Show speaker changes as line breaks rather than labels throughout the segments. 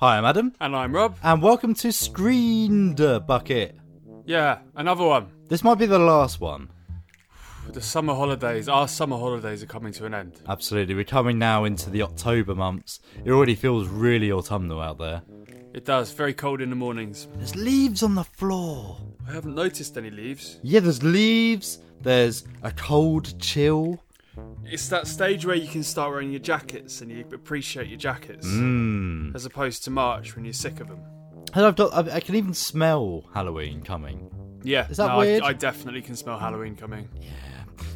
Hi, I'm Adam,
And I'm Rob.
and welcome to Screened Bucket.
Yeah, another one.
This might be the last one.
The summer holidays, our summer holidays are coming to an end.
Absolutely, we're coming now into the October months. It already feels really autumnal out there.
It does, very cold in the mornings.
There's leaves on the floor.
I haven't noticed any leaves.
Yeah, there's leaves. There's a cold chill.
It's that stage where you can start wearing your jackets and you appreciate your jackets,
Mmm.
as opposed to March when you're sick of them.
And I've got, I, I can even smell Halloween coming.
Yeah,
Is that
no,
weird?
I, I definitely can smell Halloween coming.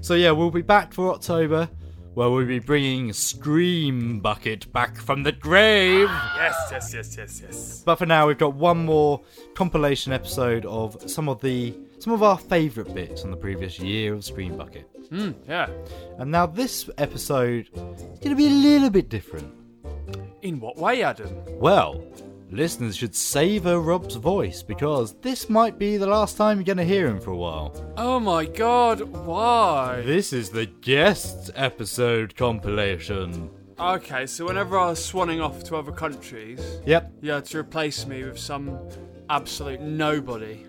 So yeah, we'll be back for October, where we'll be bringing Scream Bucket back from the grave.
Yes, yes, yes, yes, yes.
But for now, we've got one more compilation episode of some of the some of our favourite bits on the previous year of Scream Bucket.
Mm, yeah.
And now this episode is going to be a little bit different.
In what way, Adam?
Well, listeners should savour Rob's voice because this might be the last time you're going to hear him for a while.
Oh my god, why?
This is the guest episode compilation.
Okay, so whenever I was swanning off to other countries,
Yep,
Yeah, to replace me with some absolute nobody.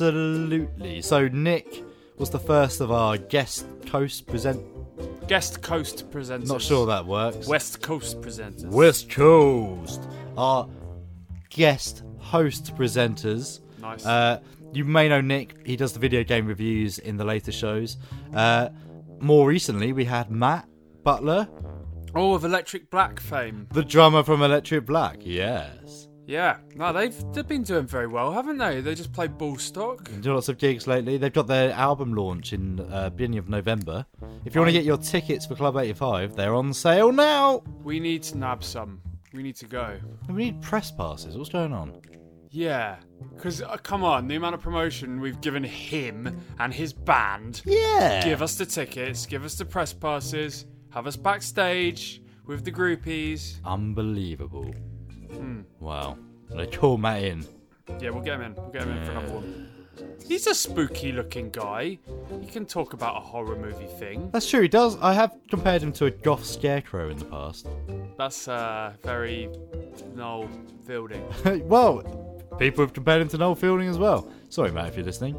absolutely. So Nick was the first of our guest host present.
Guest Coast presenters.
Not sure that works.
West Coast presenters.
West Coast. Our guest host presenters.
Nice.
Uh, you may know Nick. He does the video game reviews in the later shows. Uh, more recently, we had Matt Butler,
All of Electric Black fame.
the drummer from Electric Black. Yes.
Yeah. No, they've they've been doing very well, haven't they? They just played Bullstock.
Do lots of gigs lately. They've got their album launch in uh, beginning of November. If you want to get your tickets for Club 85, they're on sale now.
We need to nab some. We need to go.
We need press passes. What's going on?
Yeah. Because, uh, come on, the amount of promotion we've given him and his band.
Yeah.
Give us the tickets, give us the press passes, have us backstage with the groupies.
Unbelievable. Wow. They call Matt in.
Yeah, we'll get him in. We'll get him in for another one. He's a spooky looking guy. He can talk about a horror movie thing.
That's true, he does. I have compared him to a goth scarecrow in the past.
That's uh, very Noel Fielding.
well, people have compared him to Noel Fielding as well. Sorry, Matt, if you're listening.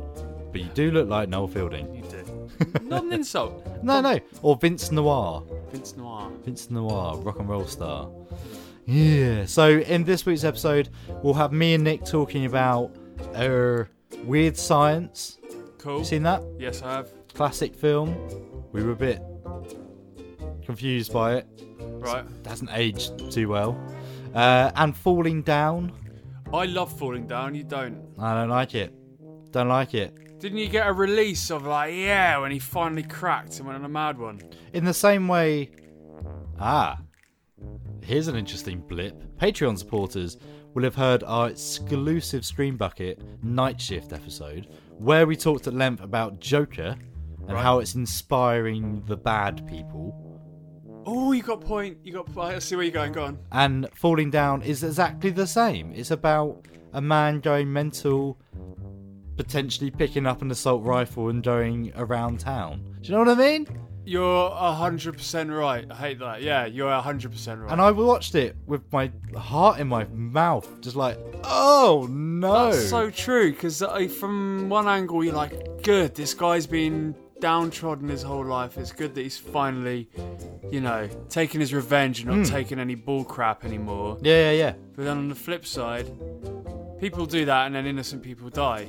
But you do look like Noel Fielding.
You do. Not an insult.
No, no. Or Vince Noir.
Vince Noir.
Vince Noir, rock and roll star. Yeah. So in this week's episode, we'll have me and Nick talking about uh, Weird Science.
Cool.
You seen that?
Yes, I have.
Classic film. We were a bit confused by it.
Right.
hasn't aged too well. Uh, and falling down,
I love Falling Down. You don't.
I don't like it. Don't like it.
Didn't you get a release of like, yeah, when he finally cracked and went on a mad one?
In the same way, ah, here's an interesting blip. Patreon supporters will have heard our exclusive Screen Bucket Night Shift episode, where we talked at length about Joker and
Right.
how it's inspiring the bad people.
Oh, you got point. You got. I see where you're going. Go on.
And falling down is exactly the same. It's about a man going mental, potentially picking up an assault rifle and going around town. Do you know what I mean?
You're hundred percent right. I hate that. Yeah, you're hundred percent right.
And I watched it with my heart in my mouth, just like, oh no.
That's so true because from one angle you're like, good, this guy's been downtrodden his whole life. It's good that he's finally, you know, taking his revenge and not taking any bull crap anymore.
yeah, yeah, yeah.
But then on the flip side, people do that and then innocent people die.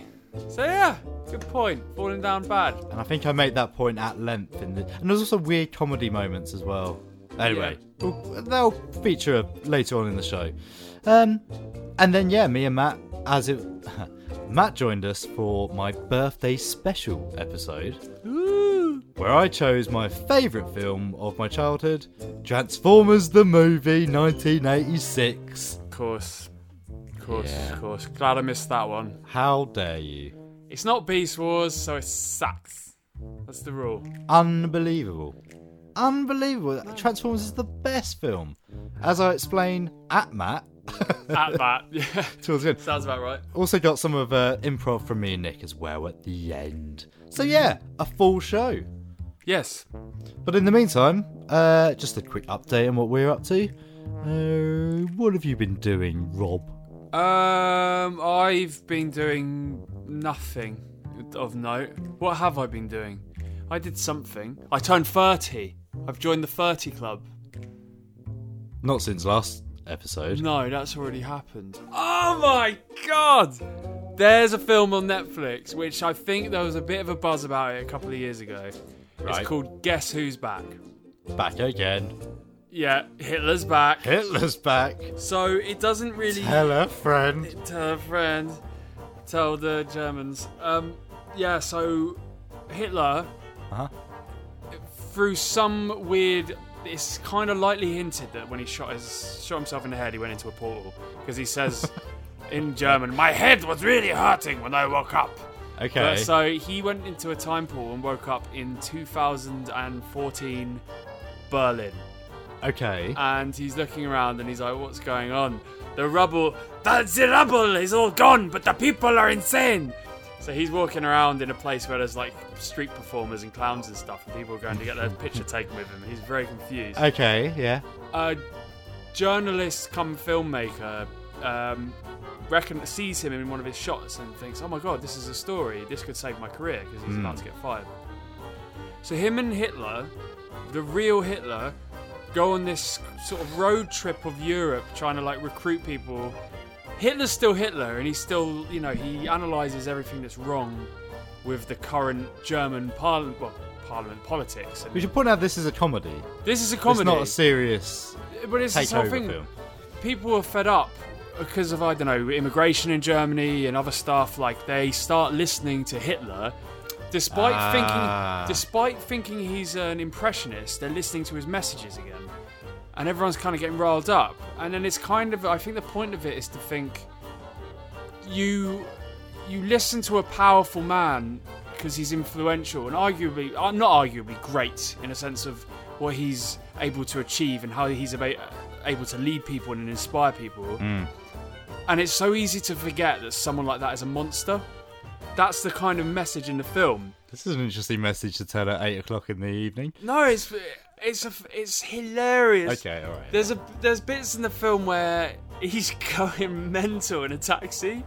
So yeah, good point. Falling down bad.
And I think I made that point at length in the. And there's also weird comedy moments as well. Anyway, we'll- they'll feature later on in the show. Um, and then yeah, me and Matt, as it, Matt joined us for my birthday special episode, where I chose my favourite film of my childhood, Transformers the movie, 1986.
Of course, of course,
Yeah.
of course. Glad I missed that one.
How dare you?
It's not Beast Wars, so it sucks. That's the rule.
Unbelievable. Unbelievable. Transformers is the best film. As I explain at Matt
At that, yeah,
towards the end.
sounds about right.
Also got some of uh, improv from me and Nick as well at the end. So yeah, a full show.
Yes,
But in the meantime, uh, just a quick update on what we're up to. Uh, what have you been doing, Rob?
Um, I've been doing nothing of note. What have I been doing? I did something. I turned 30. I've joined the 30 club.
Not since last episode.
No, that's already happened. Oh my god! There's a film on Netflix which I think there was a bit of a buzz about it a couple of years ago.
Right.
It's called Guess Who's Back.
Back again.
Yeah, Hitler's back.
Hitler's back.
So it doesn't really
Hello, friend.
tell a friend, tell the Germans. Um, yeah, so Hitler,
Uh-huh.
through some weird, it's kind of lightly hinted that when he shot his shot himself in the head, he went into a portal because he says in German, "My head was really hurting when I woke up."
Okay.
But, so he went into a time portal and woke up in 2014 Berlin
okay.
and he's looking around and he's like, "What's going on? The rubble, the, the rubble is all gone, but the people are insane." So he's walking around in a place where there's like street performers and clowns and stuff, and people are going to get their picture taken with him. He's very confused.
Okay. Yeah.
A journalist, come filmmaker, um, reckon sees him in one of his shots and thinks, "Oh my god, this is a story. This could save my career because he's about
Hmm.
to get fired." So him and Hitler, the real Hitler, go on this sort of road trip of Europe trying to like recruit people. Hitler's still Hitler and he's still, you know, he analyzes everything that's wrong with the current German parliament, well, parliament politics.
We
And
should point out this is a comedy.
this is a
It's
comedy,
not a serious
but it's this whole
takeover
thing.
film.
People are fed up because of I don't know immigration in Germany and other stuff. Like they start listening to Hitler, despite
Ah.
thinking, despite thinking he's an impressionist. They're listening to his messages again, and everyone's kind of getting riled up. And then it's kind of I think the point of it is to think you you listen to a powerful man because he's influential and arguably uh, not arguably great in a sense of what he's able to achieve and how he's aba- uh, able to lead people and inspire people and it's so easy to forget that someone like that is a monster that's the kind of message in the film
This is an interesting message to tell at eight o'clock in the evening.
no it's it's a, it's hilarious
Okay. All right.
There's a there's bits in the film where he's going mental in a taxi,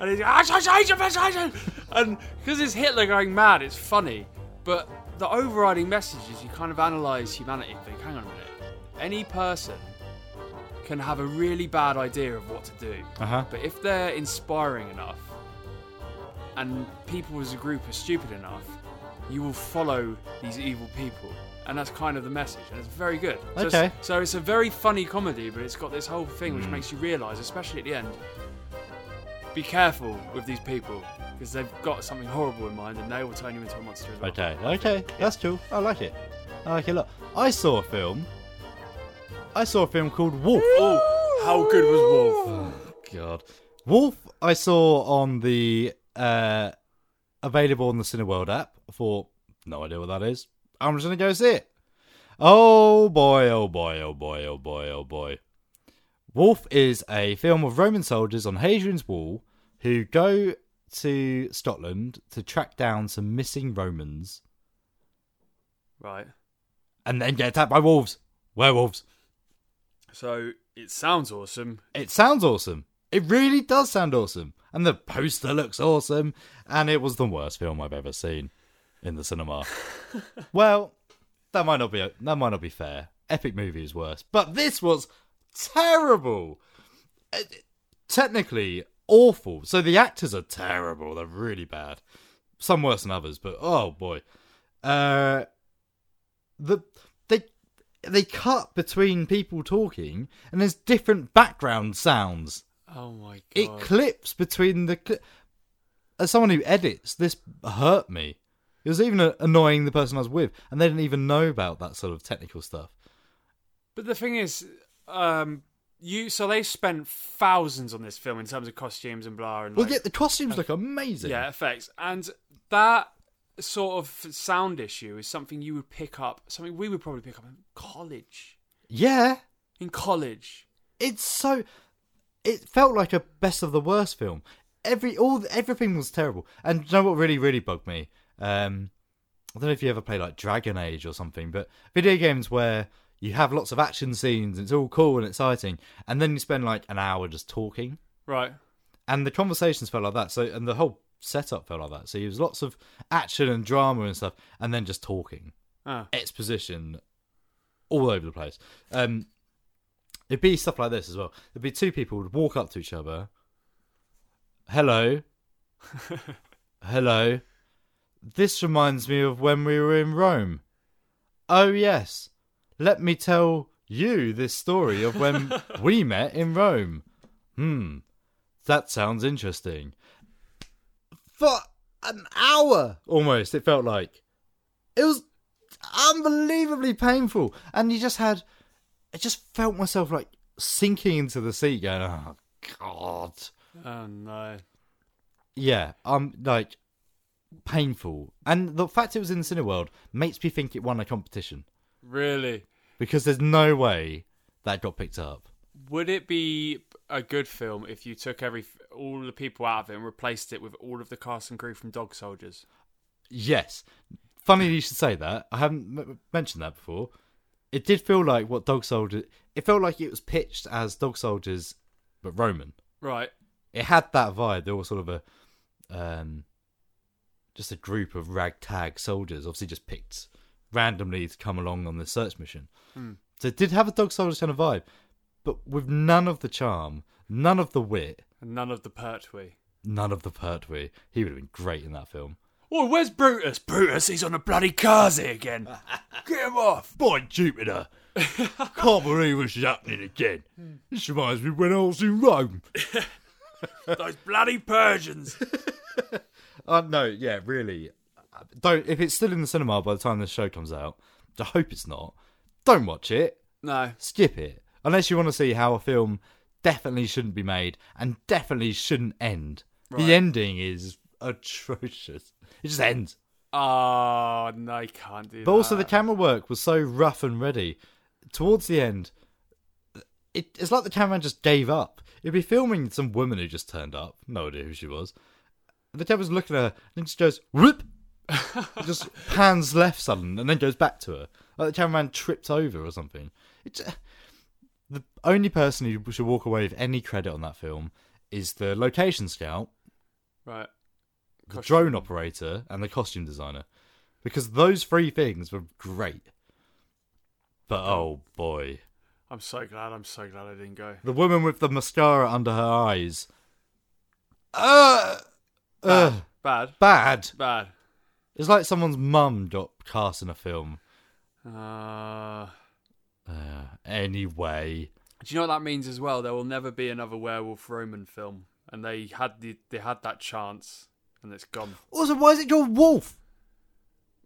and he's "Ah, shite, shite, shite, shite," and because it's Hitler going mad, it's funny. But the overriding message is you kind of analyze humanity and think, hang on a minute, any person can have a really bad idea of what to do,
Uh-huh.
but if they're inspiring enough, and people as a group are stupid enough, you will follow these evil people. And that's kind of the message, and it's very good. So it's-
Okay.
so it's a very funny comedy, but it's got this whole thing which makes you realise, especially at the end, be careful with these people because they've got something horrible in mind, and they will turn you into a monster as well.
Okay, okay, that's cool. I like it. I like it a lot. I saw a film. I saw a film called Wolf.
Oh, how good was Wolf?
God, Wolf. I saw on the uh, available on the Cineworld app for no idea what that is. I'm just gonna go see it. Oh boy! Oh boy! Oh boy! Oh boy! Oh boy! Wolf is a film of Roman soldiers on Hadrian's Wall who go to Scotland to track down some missing Romans
Right.
and then get attacked by wolves. Werewolves.
So it sounds awesome.
It sounds awesome. It really does sound awesome. And the poster looks awesome. And it was the worst film I've ever seen in the cinema. well, that might not be that might not be fair. Epic movie is worse. But this was terrible. Uh, technically awful. So the actors are terrible. They're really bad. Some worse than others, but oh boy. Uh the they they cut between people talking and there's different background sounds
Oh my god.
it clips between the cli as someone who edits this hurt me it was even uh, annoying the person i was with and they didn't even know about that sort of technical stuff
But the thing is, um, you so they spent thousands on this film in terms of costumes and blah and
well
like, uh,
yeah the costumes look amazing
yeah effects, and that sort of sound issue is something you would pick up, something we would probably pick up in college.
yeah
In college,
it's so it felt like a best of the worst film every all everything was terrible and you know what really really bugged me um i don't know if you ever play like dragon age or something but video games where you have lots of action scenes, it's all cool and exciting, and then you spend like an hour just talking.
Right.
And the conversations felt like that. So and the whole setup felt like that. So there was lots of action and drama and stuff, and then just talking,
Oh.
exposition, all over the place. Um, it'd be stuff like this as well. There'd be two people would walk up to each other. Hello. Hello. This reminds me of when we were in Rome. Oh yes. Let me tell you this story of when we met in Rome. Hmm. That sounds interesting for an hour almost it felt like it was unbelievably painful and you just had i just felt myself like sinking into the seat going oh god
Oh no.
yeah i'm like painful and the fact it was in cineworld makes me think it won a competition
Really?
because there's no way that got picked up
Would it be a good film if you took every all the people out of it and replaced it with all of the cast and crew from Dog Soldiers?
yes funny you should say that i haven't m- mentioned that before it did feel like what dog soldier it felt like it was pitched as dog soldiers but roman
Right.
it had that vibe. They were sort of a, um, just a group of ragtag soldiers, obviously just picked randomly to come along on this search mission. So it did have a dog soldiers kind of vibe, but with none of the charm, none of the wit,
And none of the Pertwee.
none of the pertwee. He would have been great in that film.
Oh, where's Brutus? Brutus, he's on a bloody Kazi again. Get him off.
By Jupiter! Can't believe this is happening again. This reminds me when I was in Rome.
Those bloody Persians.
Uh, no, yeah, really. Uh, Don't if it's still in the cinema by the time this show comes out. I hope it's not. Don't watch it.
No.
Skip it unless you want to see how a film definitely shouldn't be made and definitely shouldn't end. The ending is atrocious. It just ends.
Oh, no, you can't do
But
that.
also the camera work was so rough and ready. Towards the end, it, it's like the cameraman just gave up. It'd be filming some woman who just turned up, no idea who she was. The camera's looking at her and just goes whoop, It just pans left sudden and then goes back to her. Like the cameraman tripped over or something. It, j- the only person who should walk away with any credit on that film is the location scout
Right.
the drone operator and the costume designer because those three things were great but oh boy
I'm so glad. I'm so glad I didn't go.
the woman with the mascara under her eyes uh, uh,
Bad.
bad
Bad.
it's like someone's mum got cast in a film
Uh,
uh, anyway
do you know what that means as well? There will never be another werewolf Roman film, and they had the they had that chance, and it's gone.
also why is it called wolf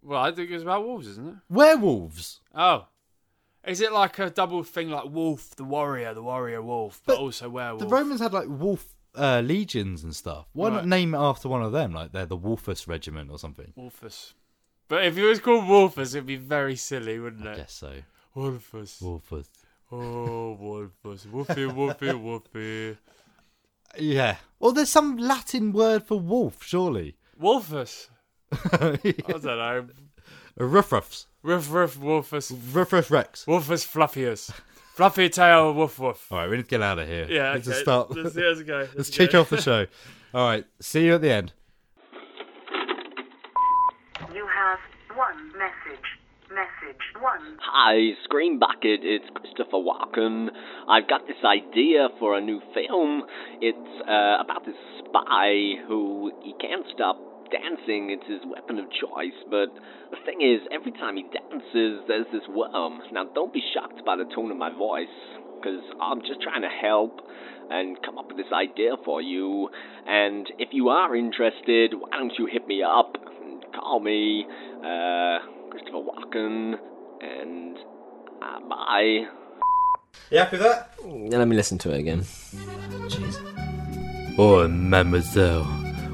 Well, I think it's about wolves, isn't it?
werewolves
Oh, is it like a double thing, like wolf, the warrior, the warrior wolf, but,
But
also werewolf?
the romans had like wolf uh, legions and stuff why
Right.
not name it after one of them like they're the wolfus regiment or something
Wolfus. But if it was called Wolfus, it'd be very silly, wouldn't
i
it?
guess so
Wolfus.
wolfus
Oh, Wolfus. Wolfy, Wolfy, Wolfy.
Yeah. Or there's some Latin word for wolf, surely.
Wolfus. I
Ruffruffs.
don't know. Riff, riff, Wolfus.
Ruffruff Rex.
Wolfus fluffius. Fluffy tail, woof, woof.
All right, we need to get out of here.
Yeah,
Let's
okay.
just start.
Let's,
Let's,
let's go. Let's, go.
kick off the show. All right. See you at the end.
You have one message. Message one.
Hi, Screen Bucket. It's Christopher Walken. I've got this idea for a new film. It's uh, about this spy who he can't stop dancing. It's his weapon of choice. But the thing is, every time he dances, there's this worm. Now, don't be shocked by the tone of my voice, because I'm just trying to help and come up with this idea for you. And if you are interested, why don't you hit me up? and Call me, uh, Christopher Walken and uh, bye.
You happy with that?
Let me listen to it again.
Jeez. Oh, mademoiselle,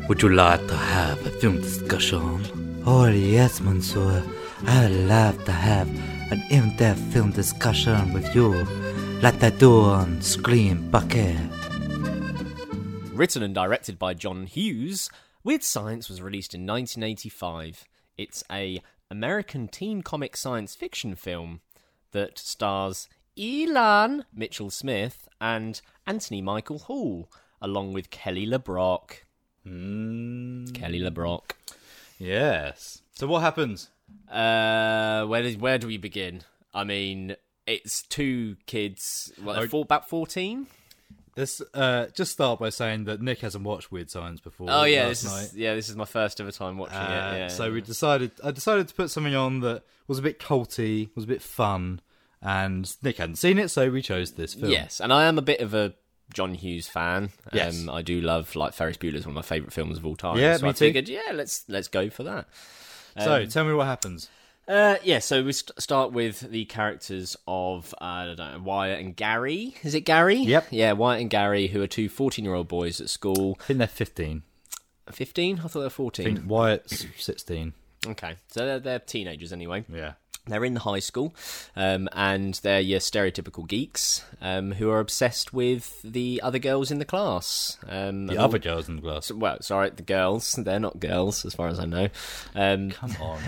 would you like to have a film discussion? Oh, yes, monsieur. I would love to have an in-depth film discussion with you, like I do on Screen Bucket.
Written and directed by John Hughes, Weird Science was released in 1985. It's a American teen comic science fiction film that stars Elon Mitchell Smith and Anthony Michael Hall, along with Kelly LeBrock.
Mm,
Kelly LeBrock.
yes. So what happens?
Uh, where does, where do we begin? I mean, it's two kids, what,
Oh.
four, about fourteen.
This uh, just start by saying that Nick hasn't watched Weird Science before.
Oh yeah,
last
this
night.
is yeah, this is my first ever time watching
Uh,
it. Yeah.
so we decided I decided to put something on that was a bit culty, was a bit fun, and Nick hadn't seen it, so we chose this film.
yes, and I am a bit of a John Hughes fan.
Yes.
um, I do love like Ferris Bueller's one of my favorite films of all time.
Yeah,
so
me
I
too.
figured, yeah, let's let's go for that.
So tell me what happens.
Uh, yeah, so we st- start with the characters of uh, I don't know, Wyatt and Gary. Is it Gary?
Yep.
Yeah, Wyatt and Gary, who are two 14-year-old boys at school.
I think they're fifteen.
15? I thought they were
I
14.
think Wyatt's sixteen.
Okay, so they're, they're teenagers anyway.
Yeah.
They're in the high school, um, and they're your stereotypical geeks um, who are obsessed with the other girls in the class. Um,
The
and
other girls in the glass.
all- well, sorry, the girls. They're not girls, as far as I know. Um,
Come on.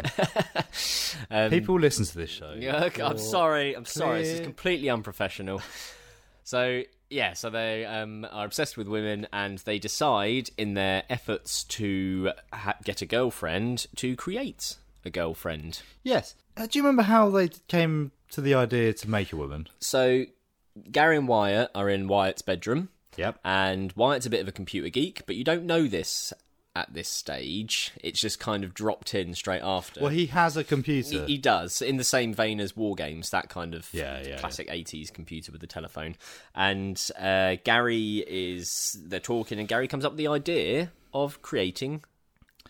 People listen to this show.
Yeah, okay, I'm sorry. I'm sorry. This is
clear.
completely unprofessional. So yeah, so they um, are obsessed with women, and they decide in their efforts to ha- get a girlfriend to create a girlfriend.
Yes. Uh, do you remember how they came to the idea to make a woman?
So Gary and Wyatt are in Wyatt's bedroom,
Yep.
and Wyatt's a bit of a computer geek, but you don't know this at this stage. It's just kind of dropped in straight after.
Well, he has a computer.
He, he does, in the same vein as War Games, that kind of
Yeah, yeah,
classic 80s computer with the telephone. And uh, Gary is, they're talking, and Gary comes up with the idea of creating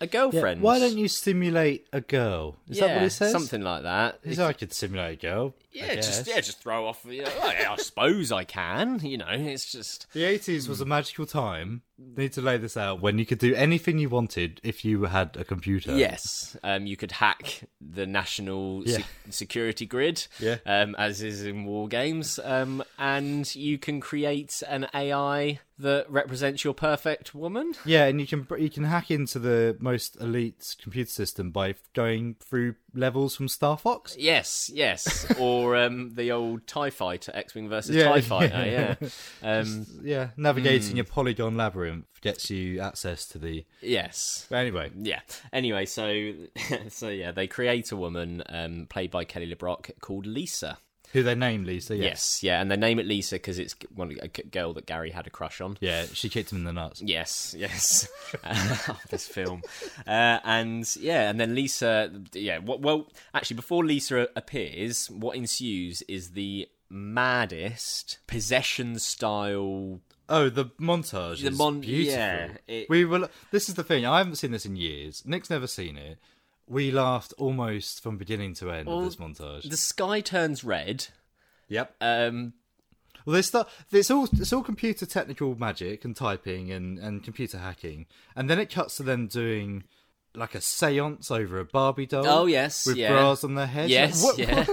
a
Yeah,
girlfriend.
Why don't you simulate a girl? Is that what
Yeah,
it says?
Something like that.
He said I could simulate a girl. I
yeah, just
guess.
yeah, just throw off. You know, "Oh, yeah, I suppose I can. You know, it's just
The eighties was a magical time. Need to lay this out when you could do anything you wanted if you had a computer.
Yes, um, you could hack the national
Yeah.
sec- security grid,
Yeah.
um, as is in war games, um, and you can create an AI that represents your perfect woman.
Yeah, and you can you can hack into the most elite computer system by going through levels from Star Fox.
Yes, yes, or um, the old Tie Fighter, X-wing versus
Yeah,
Tie
yeah.
Fighter. Yeah, Um,
Yeah,
Hmm.
navigating a polygon labyrinth gets you access to the.
yes.
But anyway,
Yeah. Anyway, so so yeah, they create a woman um, played by Kelly LeBrock called Lisa.
who they name Lisa? Yes.
Yes, yeah, and they name it Lisa because it's g- one a g- girl that Gary had a crush on.
Yeah, she kicked him in the nuts.
Yes, yes, Uh, this film, uh, and yeah, and then Lisa, yeah. Well, well, actually, before Lisa appears, what ensues is the maddest possession style.
Oh, the montage
The
is
mon-
beautiful.
yeah, it-
We were. This is the thing. I haven't seen this in years. Nick's never seen it. We laughed almost from beginning to end
Well,
of this montage.
The sky turns red.
Yep.
Um,
Well, they start. It's all it's all computer technical magic and typing and and computer hacking, and then it cuts to them doing like a séance over a Barbie doll.
Oh, yes,
with
yeah.
bras on their heads.
yes,
What-
yeah.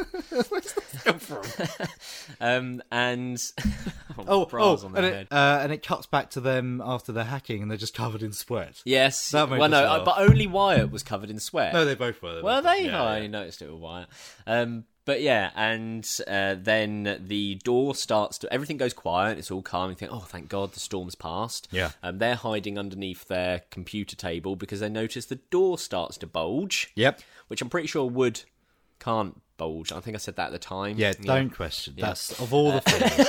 um, and
Oh,
bras
oh,
on their
and
head.
it uh, and it cuts back to them after they're hacking, and they're just covered in sweat.
yes,
That made
well,
us
no,
laugh.
but only Wyatt was covered in sweat.
No, they both were.
Were
both
they?
Yeah,
I
yeah.
noticed it with Wyatt. Um, but yeah, and uh, then the door starts to. Everything goes quiet. It's all calm. You think, oh, thank God, the storm's passed.
Yeah.
Um, they're hiding underneath their computer table because they notice the door starts to bulge,
Yep.
which I'm pretty sure wood can't bulge. I think I said that at the time.
Yeah. Don't question. That's of all the things.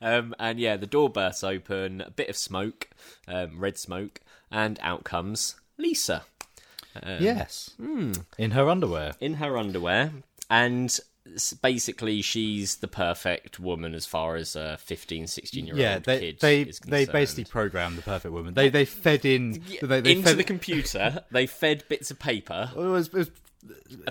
Um, and yeah, the door bursts open. A bit of smoke, um, red smoke, and out comes Lisa.
yes.
Hmm.
In her underwear.
in her underwear and s- basically she's the perfect woman as far as a 15 16 year old
Yeah, they
kid
they,
is
they
concerned.
basically programmed the perfect woman. They they fed in they, they
into
fed,
the computer they fed bits of paper
Well, It was, it was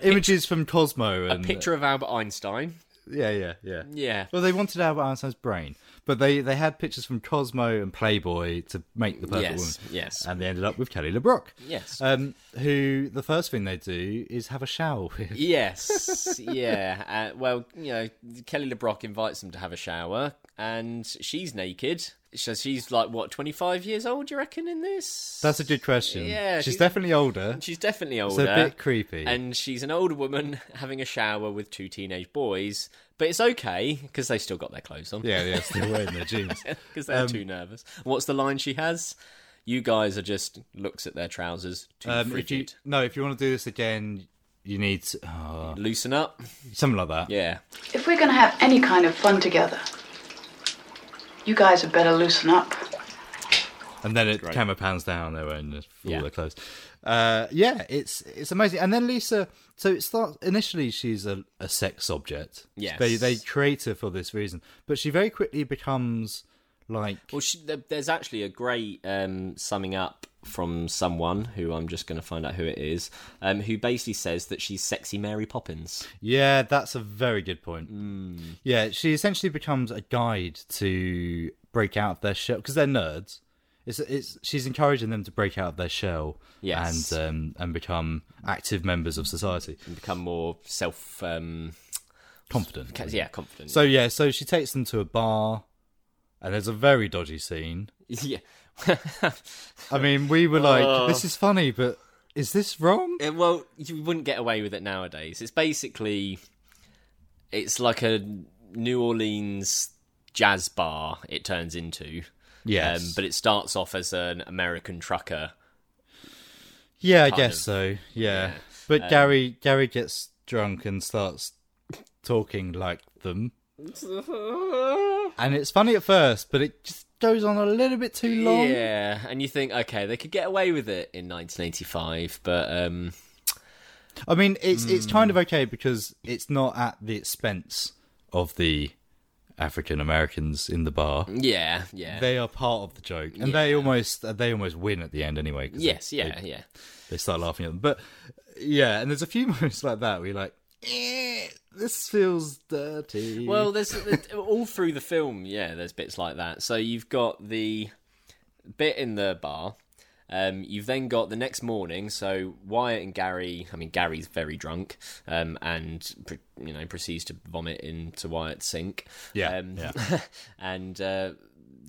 images from Cosmo
a
and
picture of albert einstein
yeah, yeah, yeah,
yeah
Well, they wanted Albert Einstein's brain, But they, they had pictures from Cosmo and Playboy to make the perfect
Yes,
woman.
yes.
And they ended up with Kelly LeBrock.
Yes.
Um, who the first thing they do is have a shower with.
Yes, yeah. Uh, well, you know, Kelly LeBrock invites them to have a shower, and she's naked. So she's like what, twenty five years old? You reckon in this?
That's a good question.
Yeah,
she's,
she's-
definitely older.
She's definitely
It's
older.
a bit creepy.
And she's an older woman having a shower with two teenage boys, but it's okay because they still got their clothes on.
yeah, Um, yeah, still wearing their jeans.
because they're too nervous. What's the line she has? You guys are just looks at their trousers too
Um, if you
frigid.
no, if you want to do this again, you need to, oh,
Loosen up.
something like that.
Yeah.
If we're gonna have any kind of fun together, you guys had better loosen up.
And then it camera pans down they're wearing all
Yeah.
their clothes. Uh, yeah, it's it's amazing. And then Lisa, so it starts initially. She's a, a sex object.
Yes.
they they create her for this reason, but she very quickly becomes like
Well, she, there- there's actually a great um, summing up from someone who I'm just going to find out who it is, um, who basically says that she's sexy Mary Poppins.
Yeah, that's a very good point.
Hmm.
Yeah, she essentially becomes a guide to break out of their shell because they're nerds. It's, it's she's encouraging them to break out of their shell
Yes.
and um, and become active members of society,
Become more self, um,
confident.
ca- yeah, confident.
So yeah, so she takes them to a bar, and there's a very dodgy scene.
yeah.
I mean, we were
Oh.
like, "This is funny, but is this wrong?"
Uh, well, you wouldn't get away with it nowadays. It's basically, it's like a New Orleans jazz bar. It turns into,
Yes,
um, but it starts off as an American trucker.
Yeah, I
kind
guess
of. Um,
so. Yeah. But Gary Gary gets drunk and starts talking like them. and it's funny at first, but it just goes on a little bit too long.
Yeah, and you think, okay, they could get away with it in 1985, but um,
I mean, it's it's kind of okay because it's not at the expense of the African Americans in the bar.
yeah, yeah.
They are part of the joke, and they almost uh, they almost win at the end anyway. 'cause
yes,
they-
yeah,
they,
yeah.
they start laughing at them. But yeah, and there's a few moments like that where you're like, eh, this feels dirty.
Well, there's there's- all through the film, yeah, there's bits like that. So you've got the bit in the bar. Um, you've then got the next morning, so Wyatt and Gary. I mean, Gary's very drunk, um, and pr- you know proceeds to vomit into Wyatt's sink.
Yeah,
um,
yeah.
and uh,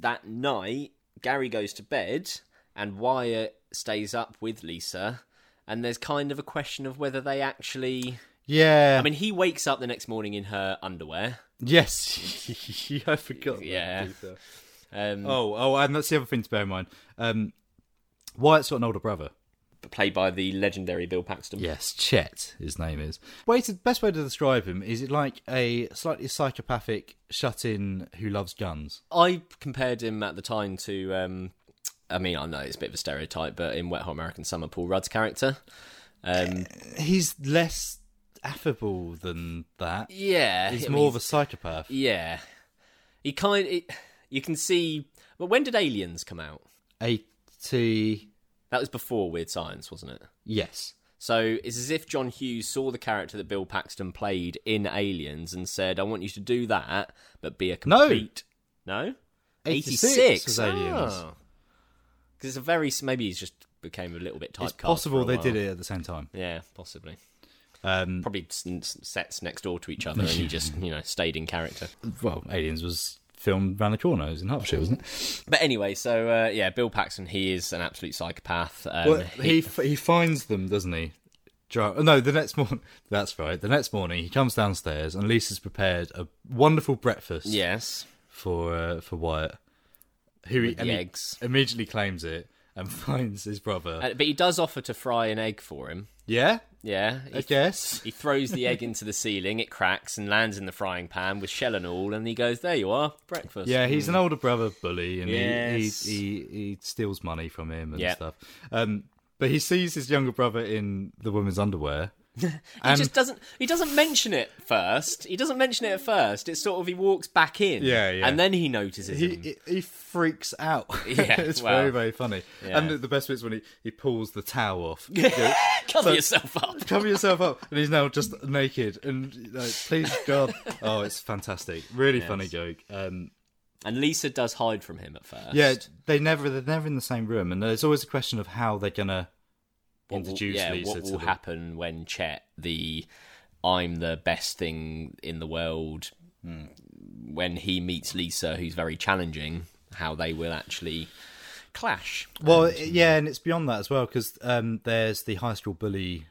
that night, Gary goes to bed, and Wyatt stays up with Lisa. And there's kind of a question of whether they actually.
yeah.
I mean, he wakes up the next morning in her underwear.
Yes, I forgot. that
Yeah.
detail.
Um,
Oh, oh, and that's the other thing to bear in mind. Um, Wyatt's got an older brother.
played by the legendary Bill Paxton.
Yes, Chet, his name is. Way to, best way to describe him is it like a slightly psychopathic shut-in who loves guns.
I compared him at the time to, um, I mean, I know it's a bit of a stereotype, but in Wet Hot American Summer, Paul Rudd's character. Um,
He's less affable than that.
yeah,
He's
I
more
mean,
of a psychopath.
yeah. He kind, it, you can see. But when did Aliens come out?
Eighty.
That was before Weird Science, wasn't it?
Yes.
So it's as if John Hughes saw the character that Bill Paxton played in Aliens and said, "I want you to do that, but be a
No.
complete." No, 86
was aliens.
Ah. Because it's a very s- maybe he's just became a little bit typecast.
It's
for
possible
a
they
while.
did it at the same time.
Yeah, possibly.
Um,
Probably s- s- sets next door to each other, and he just you know stayed in character.
well, Aliens was filmed round the corner. It was in Hertfordshire, wasn't it?
But anyway, so uh, yeah, Bill Paxton, he is an absolute psychopath. Um,
Well, he f- he finds them, doesn't he? Dri- oh, No, the next morning. That's right. The next morning, he comes downstairs and Lisa's prepared a wonderful breakfast
yes,
for uh, for Wyatt, who he,
the
and he
eggs.
immediately claims it and finds his brother.
Uh, but he does offer to fry an egg for him.
yeah,
Yeah,
I
he,
guess.
he throws the egg into the ceiling, it cracks and lands in the frying pan with shell and all, and he goes, "There you are, breakfast."
Yeah, he's an older brother bully, and
Mm. Yes.
he, he, he he steals money from him and
Yeah.
stuff. Um, but he sees his younger brother in the woman's underwear.
He just doesn't. He doesn't mention it first. He doesn't mention it at first. It's sort of he walks back in.
Yeah, yeah.
And then he notices
he,
him.
he he freaks out.
Mm. Yeah,
it's
well,
very very funny.
yeah.
And the, the best bit's when he, he pulls the towel off. He goes,
Cover
so-
yourself up.
Cover yourself up, and he's now just naked. And like, please God, oh, it's fantastic, really funny joke. Um,
And Lisa does hide from him at first.
Yeah, they never they're never in the same room, and there's always a question of how they're gonna
What will-
introduce
yeah,
Lisa
what
to
will
the-
happen when Chet, the I'm the best thing in the world, when he meets Lisa, who's very challenging, how they will actually clash.
Well, yeah, and it's beyond that as well because um, there's the high school bully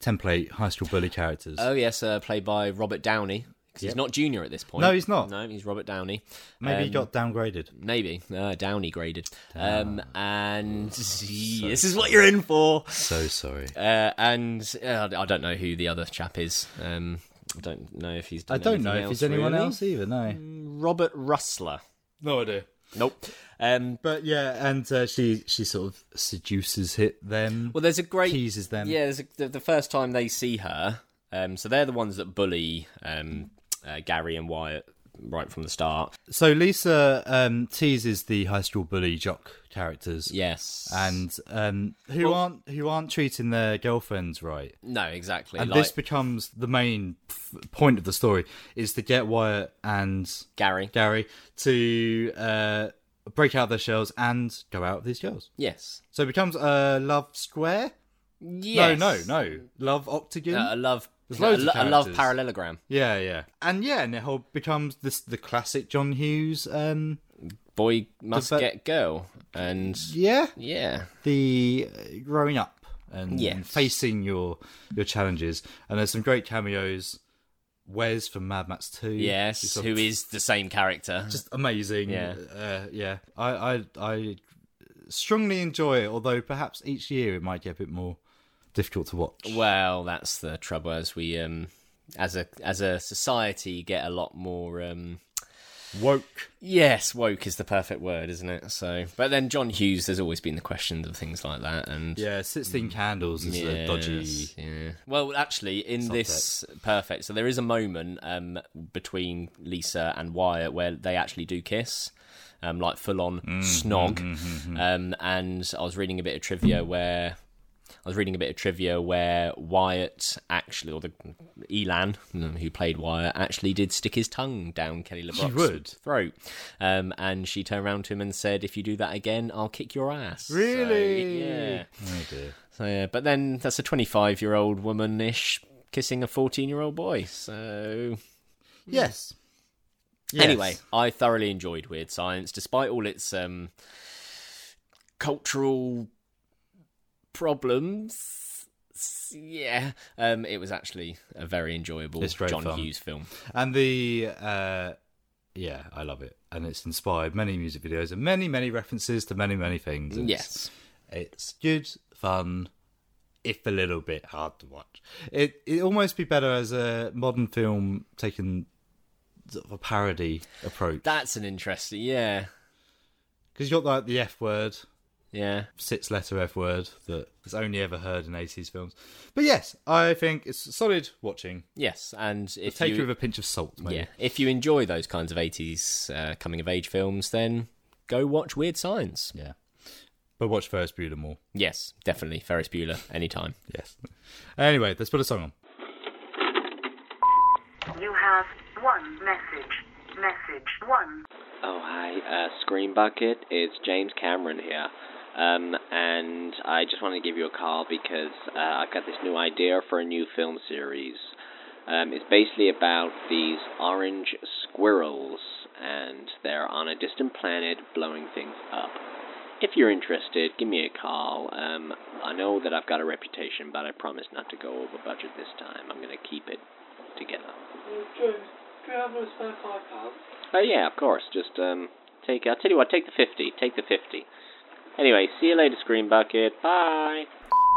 template, high school bully characters.
Oh, yes, uh, played by Robert Downey. Because he's not junior at this point.
No, he's not.
No, he's Robert Downey.
Maybe he
um,
got downgraded.
Maybe. Uh, Downey graded. Um,
Oh,
and this is what you're in for.
So sorry.
Uh, and uh, I don't know who the other chap is. Um, I don't know if he's.
I
Done
don't
anything
know if
else,
he's anyone
really.
else either. No,
Robert Rustler.
No idea.
Nope. Um,
but yeah, and uh, she she sort of seduces hit them.
well, there's a great
teases them.
Yeah, there's a, the, the first time they see her. Um, so they're the ones that bully um, uh, Gary and Wyatt right from the start.
So Lisa um, teases the high school bully jock characters.
Yes.
And um, who aren't who aren't treating their girlfriends right,
no, exactly.
and
like
this becomes the main f- point of the story is to get Wyatt and
Gary.
Gary to uh, break out of their shells and go out with these girls.
Yes.
So it becomes a love square.
Yes.
No, no, no. Love octagon.
Uh, I love.
There's
no, I
loads of
lo- I love
characters.
parallelogram.
yeah, yeah, and yeah, and it whole becomes this the classic John Hughes. Um,
Boy must
The-
get girl, and
yeah,
yeah,
the uh, growing up and,
Yes.
and facing your your challenges. And there's some great cameos. Wes from Mad Max Two. He's
yes,
sort
who
of
is the same character?
just amazing.
Yeah.
uh, yeah. I, I I strongly enjoy it. Although perhaps each year it might get a bit more difficult to watch.
Well, that's the trouble as we um as a as a society get a lot more um
Woke.
yes, woke is the perfect word, isn't it? So but then John Hughes there's always been the question of things like that and
Yeah, Sixteen Candles is a
Mm. Yes,
dodgy.
yeah. Well, actually, in this perfect, so there is a moment um, between Lisa and Wyatt where they actually do kiss, um, like full on
Mm-hmm,
snog. Um, and I was reading a bit of trivia where I was reading a bit of trivia where Wyatt actually, or the Elan mm, who played Wyatt, actually did stick his tongue down Kelly LeBrock's
would.
throat, um, and she turned around to him and said, "If you do that again, I'll kick your ass." So,
Really?
yeah.
Oh dear.
So yeah, but then that's a 25 year old woman ish kissing a 14 year old boy. So
Yes.
anyway, I thoroughly enjoyed Weird Science, despite all its um, cultural problems. Yeah, um, it was actually a very enjoyable
It's great
John
fun.
Hughes film.
and the uh, yeah, I love it, and it's inspired many music videos and many many references to many many things. It's-
Yes,
It's good fun, if a little bit hard to watch. It it almost be better as a modern film taking sort of a parody approach
that's an interesting. Yeah,
because you got like the F word,
yeah.
six letter F word that was only ever heard in eighties films. But yes, I think it's solid watching.
Yes, and if
Take
you
it with a pinch of salt, maybe.
yeah, if you enjoy those kinds of 80s uh, coming of age films, then go watch Weird Science.
yeah. But watch Ferris Bueller more.
Yes, definitely. Ferris Bueller, anytime.
Yes. Anyway, let's put a song on.
You have one message. Message one.
Oh, hi, uh, Screen Bucket. It's James Cameron here. Um, and I just wanted to give you a call because uh, I've got this new idea for a new film series. Um, it's basically about these orange squirrels, and they're on a distant planet blowing things up. If you're interested, give me a call. Um, I know that I've got a reputation, but I promise not to go over budget this time. I'm going to keep it together. Oh yeah, of course. Just um, take. I'll tell you what. Take the fifty. Take the fifty. Anyway, see you later, Screen Bucket. Bye.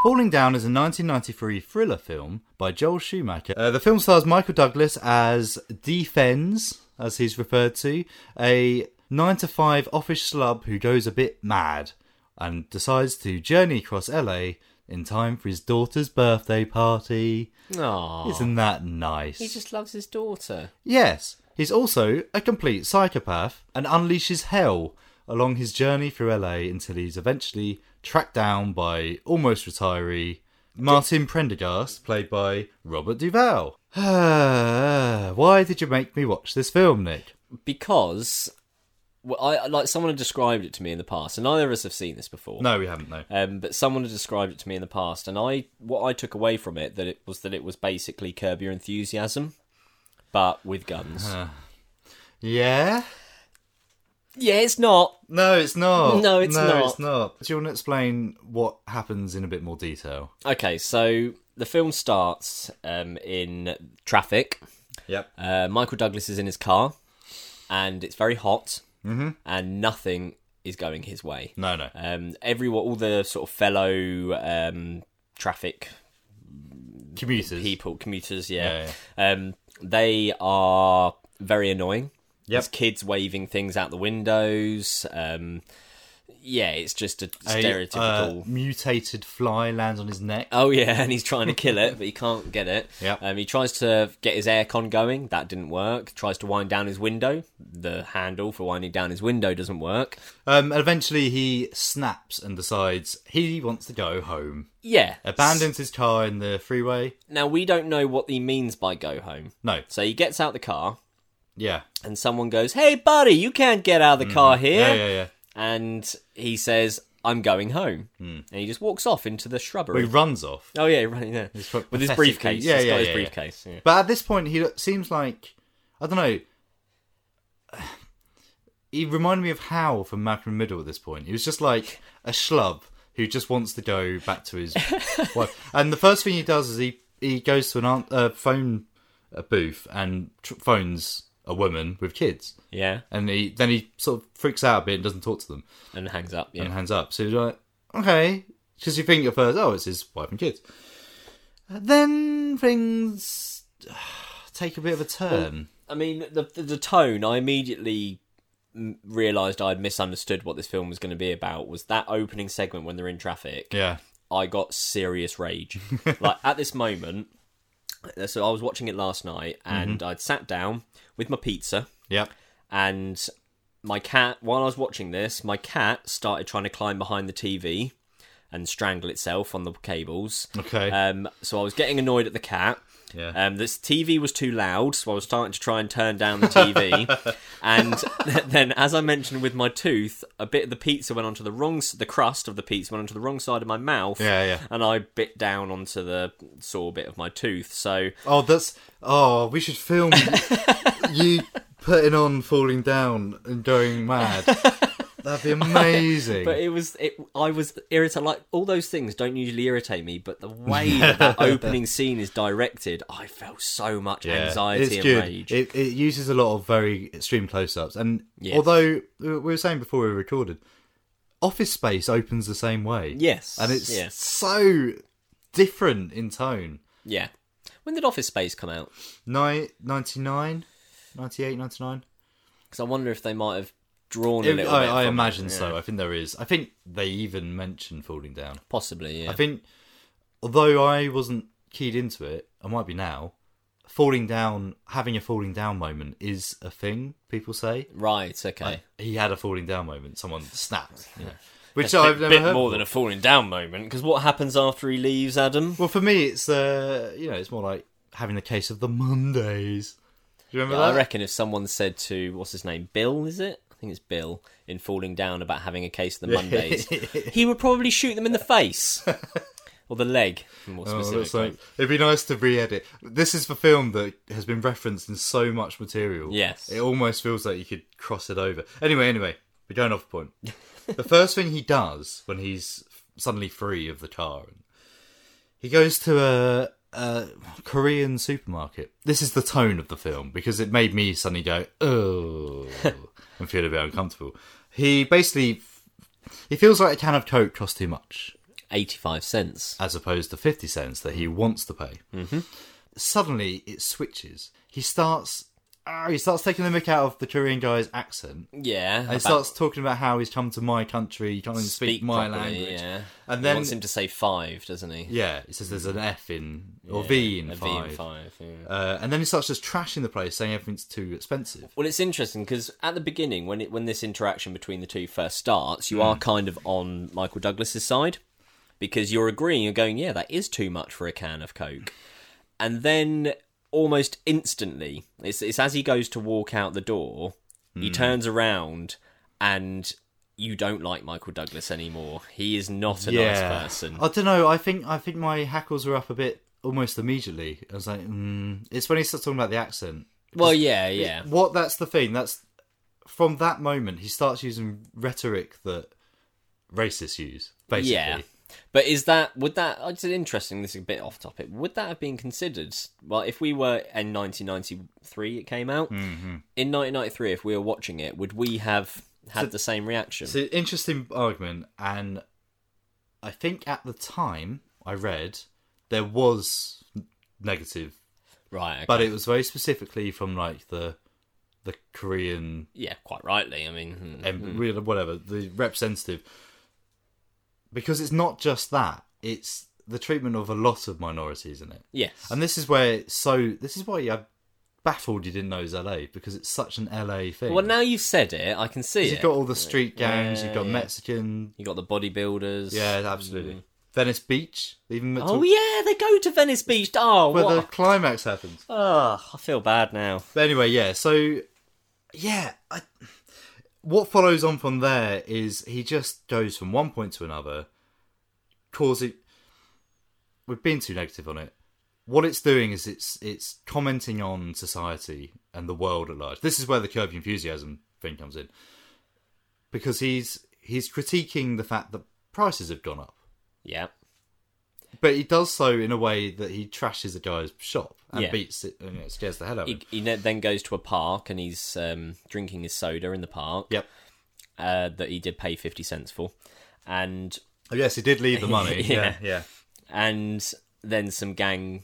Falling Down is a 1993 thriller film by Joel Schumacher. Uh, the film stars Michael Douglas as Defens, as he's referred to, a 9 to 5 office slub who goes a bit mad and decides to journey across LA in time for his daughter's birthday party.
Aww.
Isn't that nice?
He just loves his daughter.
Yes, he's also a complete psychopath and unleashes hell along his journey through LA until he's eventually tracked down by almost retiree Martin Prendergast, played by Robert Duvall. Why did you make me watch this film, Nick?
Because well, I like someone had described it to me in the past, and neither of us have seen this before.
No, we haven't. No.
Um, but someone had described it to me in the past, and I what I took away from it that it was that it was basically Curb Your Enthusiasm, but with guns.
Yeah.
yeah, it's not.
No, it's not.
No, it's
no,
not.
It's not. Do you want to explain what happens in a bit more detail?
Okay, so the film starts um, in traffic.
Yep.
Uh, Michael Douglas is in his car, and it's very hot, and nothing is going his way.
Mm-hmm. No, no.
Um, everyone, all the sort of fellow um, traffic
Commuters.
people, commuters, yeah, Um, they are very annoying.
Yep.
There's kids waving things out the windows. Um, yeah, it's just a
A, uh,
stereotypical.
mutated fly lands on his neck.
Oh yeah, and he's trying to kill it, but he can't get it.
Yep.
Um, he tries to get his aircon going. That didn't work. Tries to wind down his window. The handle for winding down his window doesn't work.
Um, and eventually he snaps and decides he wants to go home.
Yeah.
Abandons his car in the freeway.
Now we don't know what he means by go home.
No.
So he gets out the car,
Yeah.
and someone goes, "Hey, buddy, you can't get out of the car here."
Mm-hmm. Yeah, yeah, yeah.
and he says, "I'm going home," and he just walks off into the
But
shrubbery.
Hmm. he runs off.
oh yeah, right, yeah.
quite
with his
pathetic.
briefcase.
Yeah,
He's
yeah,
got his
yeah, yeah.
briefcase. yeah.
But at this point, he lo- seems like I don't know. He reminded me of Hal from Malcolm in the Middle. At this point, he was just like a schlub who just wants to go back to his wife. And the first thing he does is he he goes to an aunt, uh, phone uh, booth and tr- phones a woman with kids.
Yeah,
And he then he sort of freaks out a bit and doesn't talk to them
and hangs up.
and
Yeah,
hands up. So you're like, okay, because you think at first, oh, it's his wife and kids. Uh, Then things take a bit of a turn.
I mean the the, the tone. I immediately realized I'd misunderstood what this film was going to be about. Was that opening segment when they're in traffic?
Yeah,
I got serious rage. like at this moment, uh, so I was watching it last night, and I'd sat down with my pizza.
yep.
and my cat while i was watching this my cat started trying to climb behind the tv and strangle itself on the cables
Okay.
um, so i was getting annoyed at the cat
Yeah.
um, this TV was too loud, so I was starting to try and turn down the TV. and then, as I mentioned with my tooth, a bit of the pizza went onto the wrong, s- the crust of the pizza went onto the wrong side of my mouth.
Yeah, yeah.
And I bit down onto the sore bit of my tooth. So
oh, that's. Oh, we should film you putting on, falling down, and going mad. That'd be amazing.
But it was it. I was irritated. Like all those things don't usually irritate me, but the way that, that opening scene is directed, I felt so much anxiety
it's
and
good.
rage.
It, it uses a lot of very extreme close-ups, and
Yes.
although we were saying before we recorded, Office Space opens the same way.
Yes,
and it's
yes.
so different in tone.
yeah. When did Office Space come out?
Ni- 99? 98, 99?
Because I wonder if they might have drawn a
It-
little.
I,
bit
I
from
imagine
it.
so. I think there is. I think they even mention falling down.
Possibly. Yeah.
I think, although I wasn't keyed into it, I might be now. Falling down, having a falling down moment is a thing people say.
right. Okay.
he had a falling down moment. Someone snapped, you know. which
It's a
I've
bit,
never
bit
heard
more
before.
than a falling down moment. Because what happens after he leaves, Adam?
Well, for me, it's uh, you know, it's more like having the case of the Mondays. Do you remember
I
that?
reckon if someone said to what's his name, Bill, is it? I think it's Bill in falling down about having a case of the Mondays. he would probably shoot them in the face or the leg, more
Oh,
specifically.
that's like- it'd be nice to re-edit. This is the film that has been referenced in so much material.
Yes.
it almost feels like you could cross it over. Anyway, anyway, we're going off point. the first thing he does when he's suddenly free of the car, he goes to a, a Korean supermarket. This is the tone of the film because it made me suddenly go oh and feel a bit uncomfortable. He basically he feels like a can of coke costs too much
Eighty-five cents.
as opposed to 50 cents that he wants to pay. Mm-hmm. Suddenly it switches. He starts ah, he starts taking the mick out of the Korean guy's accent. And
Yeah.
he
about-
starts talking about how he's come to my country, he can't even speak, my
properly,
language.
Yeah.
And
he
then
wants him to say five, doesn't he?
yeah, he says there's an F in or V in
A
five.
V in five. Yeah.
Uh, and then he starts just trashing the place, saying everything's too expensive.
Well, it's interesting because at the beginning, when it when this interaction between the two first starts, you are kind of on Michael Douglas's side because you're agreeing, you're going, yeah, that is too much for a can of Coke, and then almost instantly, it's it's as he goes to walk out the door, he turns around and you don't like Michael Douglas anymore. He is not a nice person.
I don't know. I think I think my hackles were up a bit almost immediately. I was like, mm. it's when he starts talking about the accent.
well, yeah, yeah.
What? That's the thing. That's from that moment he starts using rhetoric that racists use. Basically,
Yeah. But is that would that oh, it's an interesting this is a bit off topic. Would that have been considered well if we were in 1993 it came out.
Mm-hmm.
In 1993 if we were watching it would we have had the same reaction?
It's an interesting argument, and I think at the time I read there was negative,
right. Okay.
but it was very specifically from like the the Korean
yeah, quite rightly. I mean, hmm.
and real- whatever the representative because it's not just that it's the treatment of a lot of minorities in it
yes.
and this is where it's so this is why i'm baffled you didn't know it was la because it's such an la thing
well, now you've said it, I can see it.
you've got all the street gangs you've got mexican
You got the bodybuilders.
yeah absolutely venice beach even
Oh yeah, they go to Venice Beach. Oh,
where
what?
the climax happens
Ugh, I feel bad now.
But anyway, yeah. So, yeah, I, what follows on from there is he just goes from one point to another, causing. We've been too negative on it. What it's doing is it's it's commenting on society and the world at large. This is where the curb your enthusiasm thing comes in, because he's he's critiquing the fact that prices have gone up,
Yeah.
but he does so in a way that he trashes a guy's shop and
Yeah.
beats it, you know, scares the hell out of him.
He, he ne- then goes to a park and he's um, drinking his soda in the park.
Yep.
uh, that he did pay 50 cents for and
Oh, yes, he did leave the money. yeah,
Yeah.
yeah.
and then some gang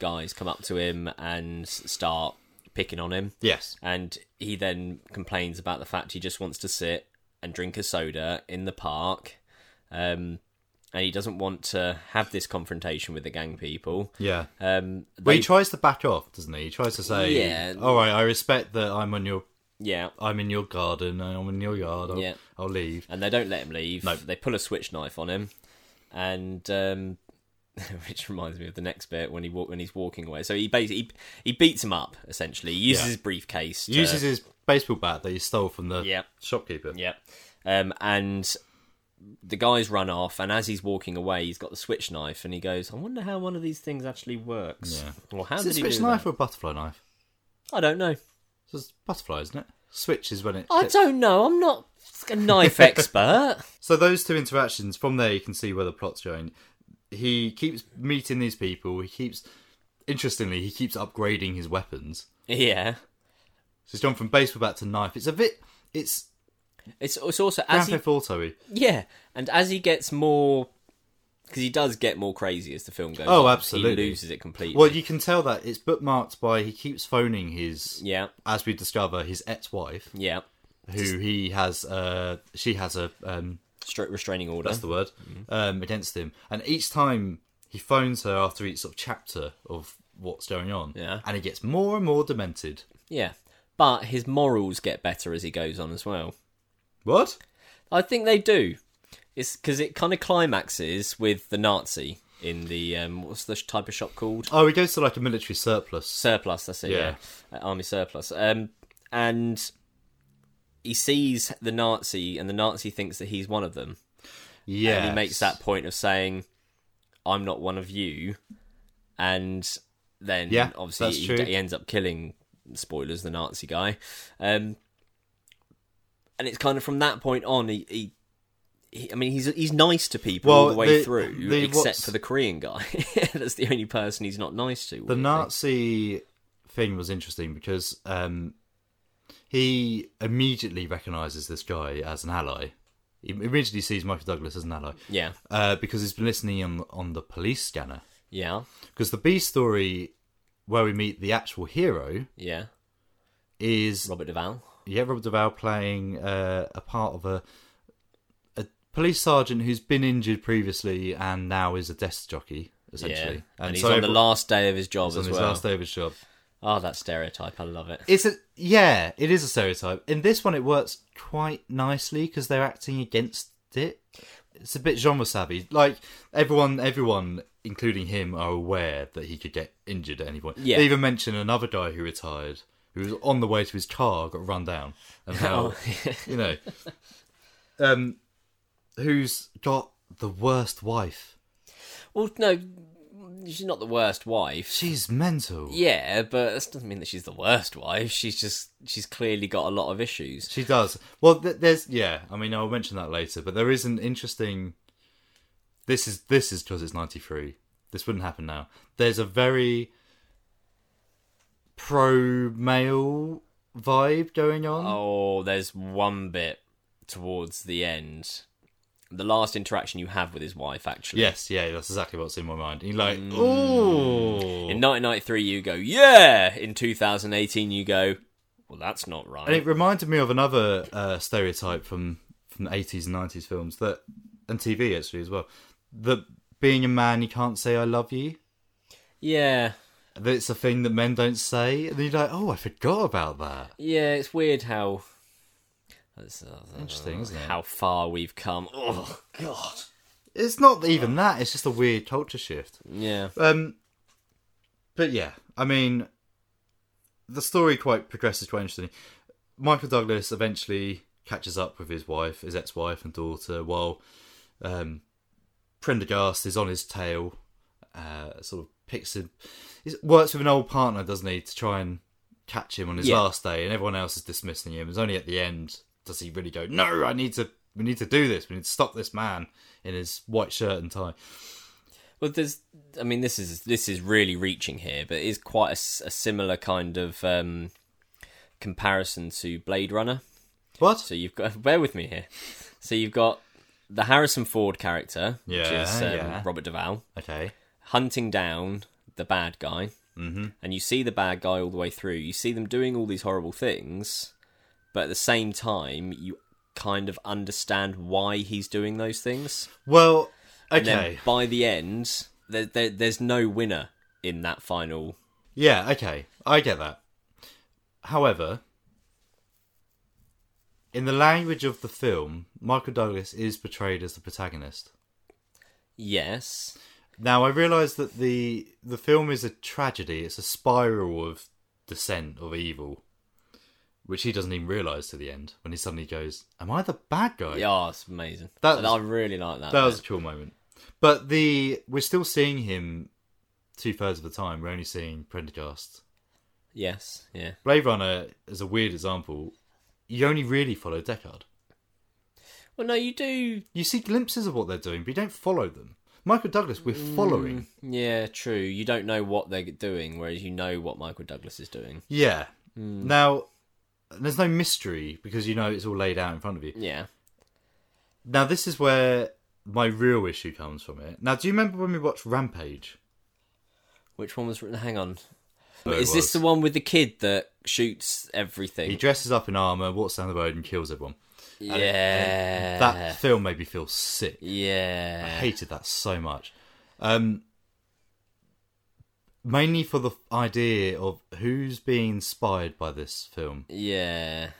guys come up to him and s- start picking on him
Yes.
and he then complains about the fact he just wants to sit and drink a soda in the park um and he doesn't want to have this confrontation with the gang people
Yeah.
um
But
they-
he tries to back off, doesn't he? He tries to say,
Yeah.
all right, I respect that I'm on your
yeah
I'm in your garden, I'm in your yard. I'll,
Yeah.
I'll leave.
and they don't let him leave.
No.
They pull a switch knife on him, and um, which reminds me of the next bit when he walk when he's walking away. So he basically he, he beats him up essentially. He uses
Yeah.
his briefcase. To,
He uses his baseball bat that he stole from the
Yeah.
shopkeeper.
Yep. Um, and the guys run off, and as he's walking away, he's got the switch knife, and he goes, "I wonder how one of these things actually works."
Yeah.
Well, how
Is it a
did he
switch
do
knife
that?
or a butterfly knife?
I don't know.
So It's a butterfly, isn't it? Switch is when it.
I don't know. I'm not a knife expert.
So those two interactions, from there you can see where the plot's going. He keeps meeting these people. He keeps, interestingly, he keeps upgrading his weapons.
Yeah.
So he's gone from baseball bat to knife. It's a bit. It's
It's, it's also
Grand
as he
Theft Auto.
Yeah, and as he gets more, because he does get more crazy as the film goes.
Oh,
on.
absolutely.
He loses it completely.
Well, you can tell that it's bookmarked by he keeps phoning his,
Yeah,
as we discover, his ex-wife,
yeah.
who he has, uh, she has a, um,
Stra- restraining order.
that's the word,
Mm-hmm.
um, against him, and each time he phones her after each sort of chapter of what's going on,
Yeah.
and he gets more and more demented.
Yeah, but his morals get better as he goes on as well.
What?
I think they do. It's because it kind of climaxes with the Nazi in the um, what's the sh- type of shop called?
Oh, he goes to like a military surplus.
surplus. That's it. Yeah,
Yeah.
Uh, army surplus. Um, and he sees the Nazi, and the Nazi thinks that he's one of them.
Yeah,
and he makes that point of saying, "I'm not one of you," and then
Yeah, that's
obviously he,
true.
he ends up killing spoilers the Nazi guy, um, and it's kind of from that point on he. he he- I mean, he's he's nice to people all
Well,
the way
the-
through,
the-
except
what's-
for the Korean guy. That's the only person he's not nice to.
The
weirdly.
Nazi thing was interesting because um, he immediately recognises this guy as an ally. He immediately sees Michael Douglas as an ally
yeah,
uh, because he's been listening on on the police scanner.
yeah,
Because the B story, where we meet the actual hero,
yeah.
is
Robert Duvall.
yeah Robert Duvall playing uh, a part of a a police sergeant who's been injured previously and now is a desk jockey
Yeah,
essentially.
and, he's
so
on the
everyone-
last day of his job
he's
as
on his
well.
last day of his job.
Oh, that stereotype! I love it.
It's a yeah, it is a stereotype. In this one, it works quite nicely because they're acting against it. It's a bit genre savvy. Like everyone, everyone, including him, are aware that he could get injured at any point.
Yeah.
They even mention another guy who retired who was on the way to his car got run down, and
Oh.
how you know, um, who's got the worst wife?
Well, no, she's not the worst wife.
She's mental.
Yeah, but that doesn't mean that she's the worst wife. She's just she's clearly got a lot of issues.
She does. Well, th- there's yeah. I mean, I'll mention that later. But there is an interesting. This is this is because it's ninety three. This wouldn't happen now. There's a very pro male vibe going on.
Oh, there's one bit towards the end. The last interaction you have with his wife, actually.
Yes, yeah, that's exactly what's in my mind. You're like, oh, ooh.
In 1993, you go, yeah. In 2018, you go, well, that's not right.
And it reminded me of another uh, stereotype from from the eighties and nineties films that and TV actually as well. That being a man, you can't say "I love you."
yeah.
That it's a thing that men don't say, and then you're like, "Oh, I forgot about that."
Yeah, it's weird how. That's, uh,
Interesting, isn't it?
How far we've come. Oh, God.
It's not even that; it's just a weird culture shift.
Yeah.
Um, but yeah, I mean, the story quite progresses quite interestingly. Michael Douglas eventually catches up with his wife, his ex-wife and daughter, while um, Prendergast is on his tail, uh, sort of picks him. He works with an old partner, doesn't he, to try and catch him on his
Yeah.
last day, and everyone else is dismissing him. It's only at the end does he really go, "No, I need to, we need to do this. We need to stop this man in his white shirt and tie."
Well, there's, I mean, this is this is really reaching here, but it is quite a, s- a similar kind of um, comparison to Blade Runner.
What?
So you've got, bear with me here. So you've got the Harrison Ford character, which
Yeah,
is um,
yeah.
Robert Duvall,
okay.
hunting down the bad guy, mm-hmm. and you see the bad guy all the way through. You see them doing all these horrible things, but at the same time, you kind of understand why he's doing those things.
Well,
And then
okay.
by the end, there, there, there's no winner in that final.
Yeah, okay. I get that. However, in the language of the film, Michael Douglas is portrayed as the protagonist.
Yes.
Now, I realise that the the film is a tragedy. It's a spiral of descent of evil, which he doesn't even realise to the end when he suddenly goes, "Am I the bad guy?"
Yeah, oh, it's amazing.
That was-
I really like that.
that
bit.
was a cool moment. But the we're still seeing him two thirds of the time. We're only seeing Prendergast
yes, yeah.
Blade Runner is a weird example. You only really follow Deckard.
Well, no, you do.
You see glimpses of what they're doing, but you don't follow them. Michael Douglas, we're
Mm.
following.
Yeah, true. You don't know what they're doing, whereas you know what Michael Douglas is doing.
Yeah.
Mm.
Now, there's no mystery because you know it's all laid out in front of you.
Yeah.
Now, this is where my real issue comes from it. Now, do you remember when we watched Rampage?
Which one was written? Hang on.
No, it
is this
was.
the one with the kid that shoots everything?
He dresses up in armor, walks down the road, and kills everyone.
yeah.
That film made me feel sick. I
yeah.
hated that so much. Um, mainly for the idea of who's being inspired by this film,
Yeah.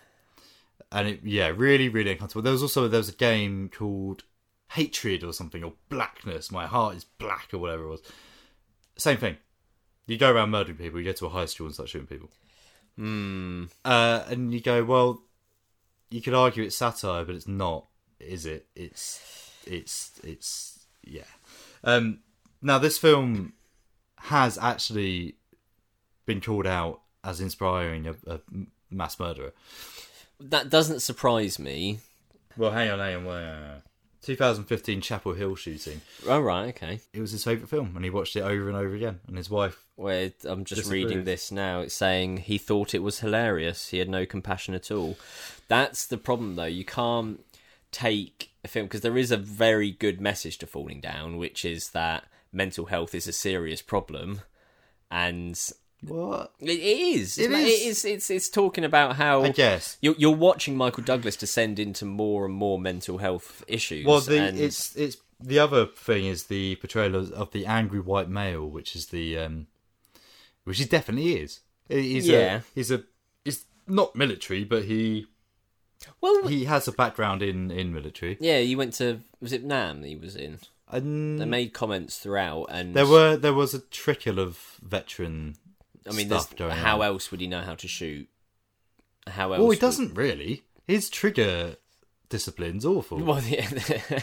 and it yeah, really, really uncomfortable. There was also there was a game called Hatred or something or Blackness. My heart is black or whatever it was. Same thing. You go around murdering people. You go to a high school and start shooting people.
Hmm.
Uh, and you go, well, you could argue it's satire, but it's not, is it? It's, it's, it's, yeah. Um, now this film has actually been called out as inspiring a, a mass murderer.
That doesn't surprise me.
Well, hang on, hang on, hang on, hang on. 2015 Chapel Hill shooting.
Oh, right, okay.
It was his favourite film, and he watched it over and over again. And his wife,
Where I'm just
Disapproved.
reading this now. It's saying he thought it was hilarious. He had no compassion at all. That's the problem, though. You can't take a film because there is a very good message to Falling Down, which is that mental health is a serious problem, and
what?
it is.
It
It is.
is.
It is it's, it's talking about how
I guess.
you're, you're watching Michael Douglas descend into more and more mental health issues.
Well, the
and-
it's it's the other thing is the portrayal of, of the angry white male, which is the um, which he definitely is. He- He's
Yeah.
a he's a he's not military, but he
well,
he has a background in in military.
yeah. You went to was it Nam that he was in? They
And
made comments throughout, and
there were there was a trickle of veteran
I mean, there's-
stuff going
how
on.
else would he know how to shoot? How else?
Well, he
would-
doesn't really. His trigger discipline's awful.
Well, yeah.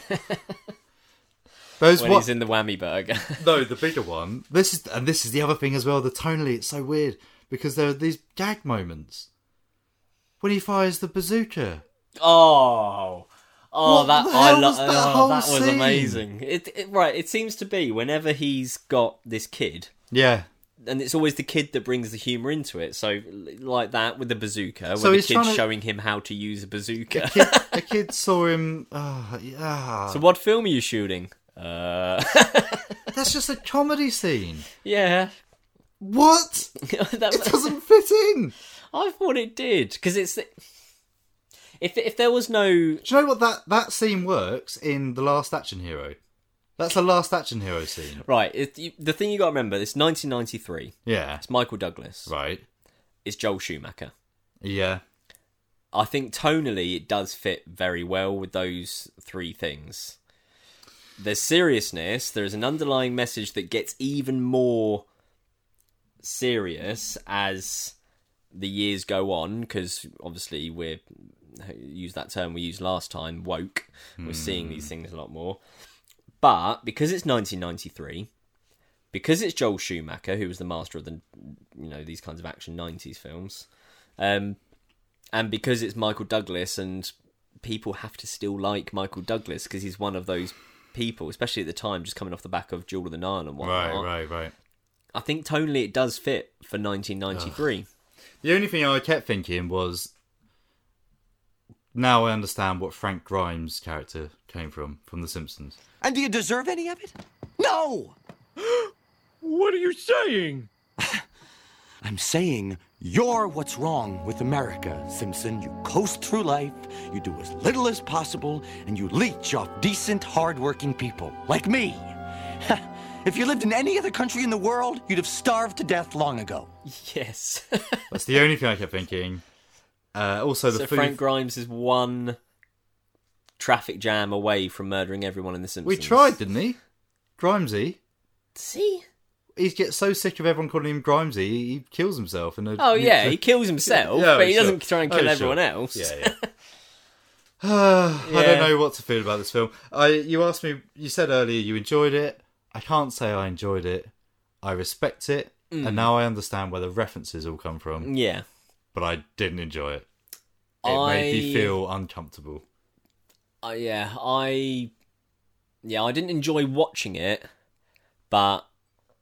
Those
when
what?
he's in the whammy burger.
no, the bigger one. This is and this is the other thing as well. The tonally, it's so weird because there are these gag moments when he fires the bazooka.
Oh, oh,
What
that
the
I
hell was
love.
that
Oh,
whole
that was
scene?
amazing. It, it right. It seems to be whenever he's got this kid,
Yeah.
and it's always the kid that brings the humor into it. So l- like that with the bazooka,
So
where the
he's
kid's
trying to-
showing him how to use a bazooka.
Kid, a kid saw him. ah, yeah.
so what film are you shooting? Uh,
That's just a comedy scene.
yeah.
What?
That-
It doesn't fit in.
I thought it did because it's. If if there was no
Do you know what that that scene works in the Last Action Hero? That's a Last Action Hero scene.
right, it, you, the thing you got to remember, it's 1993.
Yeah.
It's Michael Douglas.
Right.
It's Joel Schumacher.
Yeah.
I think tonally it does fit very well with those three things. There's seriousness, there's an underlying message that gets even more serious as the years go on, because obviously we're use that term we used last time, woke. We're seeing these things a lot more. But because it's 1993, because it's Joel Schumacher, who was the master of the, you know, these kinds of action 90s films, um, and because it's Michael Douglas and people have to still like Michael Douglas because he's one of those people, especially at the time, just coming off the back of Jewel of the Nile and whatnot.
Right. Right. Right.
I think tonally it does fit for 1993.
The only thing I kept thinking was, now I understand what Frank Grimes' character came from from The Simpsons.
And do you deserve any of it? No!
What are you saying?
I'm saying you're what's wrong with America, Simpson. You coast through life, you do as little as possible, and you leech off decent, hardworking people like me. if you lived in any other country in the world, you'd have starved to death long ago.
Yes.
That's the only thing I kept thinking. Uh, also, the
so
food.
Frank Grimes is one traffic jam away from murdering everyone in The Simpsons.
we tried, didn't he? Grimesy.
See?
He gets so sick of everyone calling him Grimesy, he kills himself. In a
Oh yeah,
nuclear-
he kills himself,
Yeah,
but he
sure.
doesn't try and
Oh,
kill
sure.
everyone else.
Yeah, yeah. Uh, I don't
Yeah.
know what to feel about this film. I you asked me you said earlier you enjoyed it. I can't say I enjoyed it. I respect it.
Mm.
And now I understand where the references all come from.
Yeah.
But I didn't enjoy it. It
I...
made me feel uncomfortable.
Uh, yeah, I yeah, I didn't enjoy watching it, but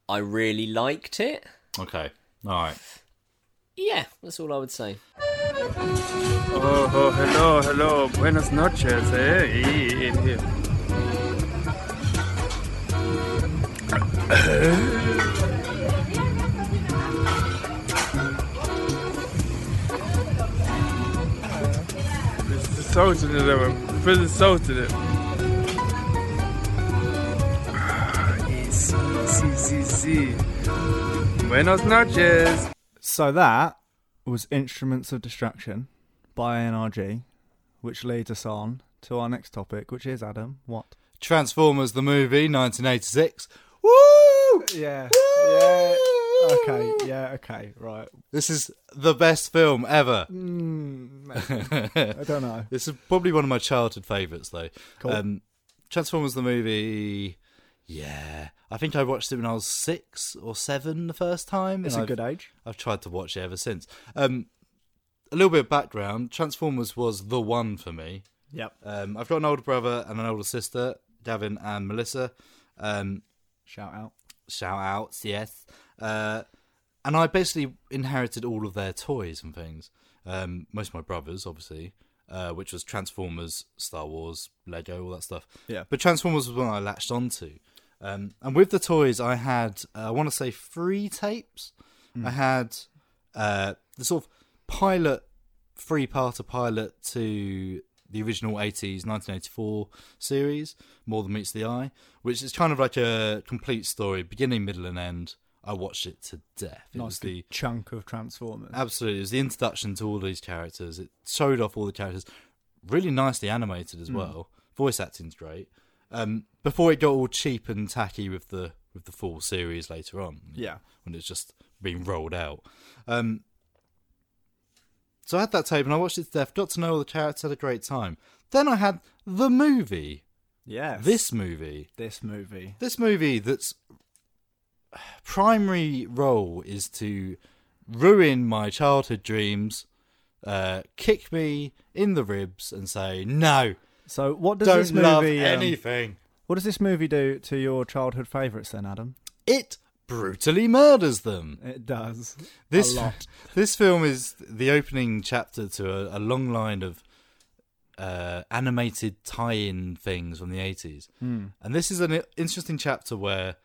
I really liked it.
Okay. Alright.
Yeah, that's all I would say.
Oh, oh hello, hello. Buenas noches, eh? Eh, eh, eh. There's the salt in it, though. Put the salt in it. Ah, yes, yes, yes, yes, yes. Buenas noches.
So that was Instruments of Destruction by NRG, which leads us on to our next topic, which is Adam. What?
Transformers the movie, nineteen eighty six. Woo!
Yeah. Okay. Yeah. Okay. Right.
This is the best film ever.
Mm, I don't know.
This is probably one of my childhood favourites, though.
Cool.
Um, Transformers the movie. Yeah, I think I watched it when I was six or seven the first time.
It's
and
a
I've-
good age.
I've tried to watch it ever since. Um, a little bit of background: Transformers was the one for me.
Yep.
Um, I've got an older brother and an older sister, Davin and Melissa. Um,
Shout out.
shout outs, yes. Uh, and I basically inherited all of their toys and things. Um, most of my brothers, obviously, uh, which was Transformers, Star Wars, Lego, all that stuff.
Yeah.
But Transformers was one I latched onto. Um, and with the toys, I had, uh, I want to say, three tapes.
Hmm.
I had uh, the sort of pilot, three parter pilot to the original 80s 1984 series, More Than Meets the Eye, which is kind of like a complete story, beginning, middle, and end. I watched it to death. It
Nice
was the
good chunk of Transformers.
Absolutely. It was the introduction to all these characters. It showed off all the characters. Really nicely animated
Hmm.
as well. Voice acting's great. Um, before it got all cheap and tacky with the with the full series later on.
Yeah.
When it's just being rolled out. Um, so I had that tape and I watched it to death, got to know all the characters, had a great time. Then I had the movie,
Yeah.
this movie,
this movie.
this movie that's primary role is to ruin my childhood dreams, uh, kick me in the ribs, and say no,
So what does
don't
this movie
love
um,
anything.
What does this movie do to your childhood favourites then, Adam?
It brutally murders them.
It does.
This
a lot.
this film is the opening chapter to a, a long line of uh, animated tie-in things from the eighties,
Hmm.
and this is an i- interesting chapter where,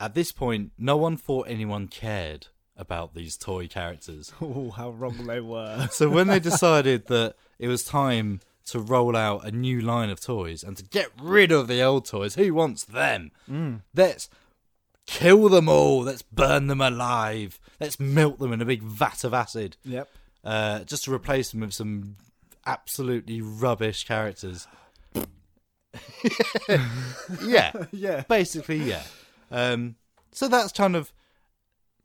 at this point, no one thought anyone cared about these toy characters.
Oh, how wrong they were.
So when they decided that it was time to roll out a new line of toys and to get rid of the old toys, who wants them?
Mm.
Let's kill them all. Let's burn them alive. Let's melt them in a big vat of acid,
yep.
uh, just to replace them with some absolutely rubbish characters. yeah,
Yeah.
basically, yeah. Um, so that's kind of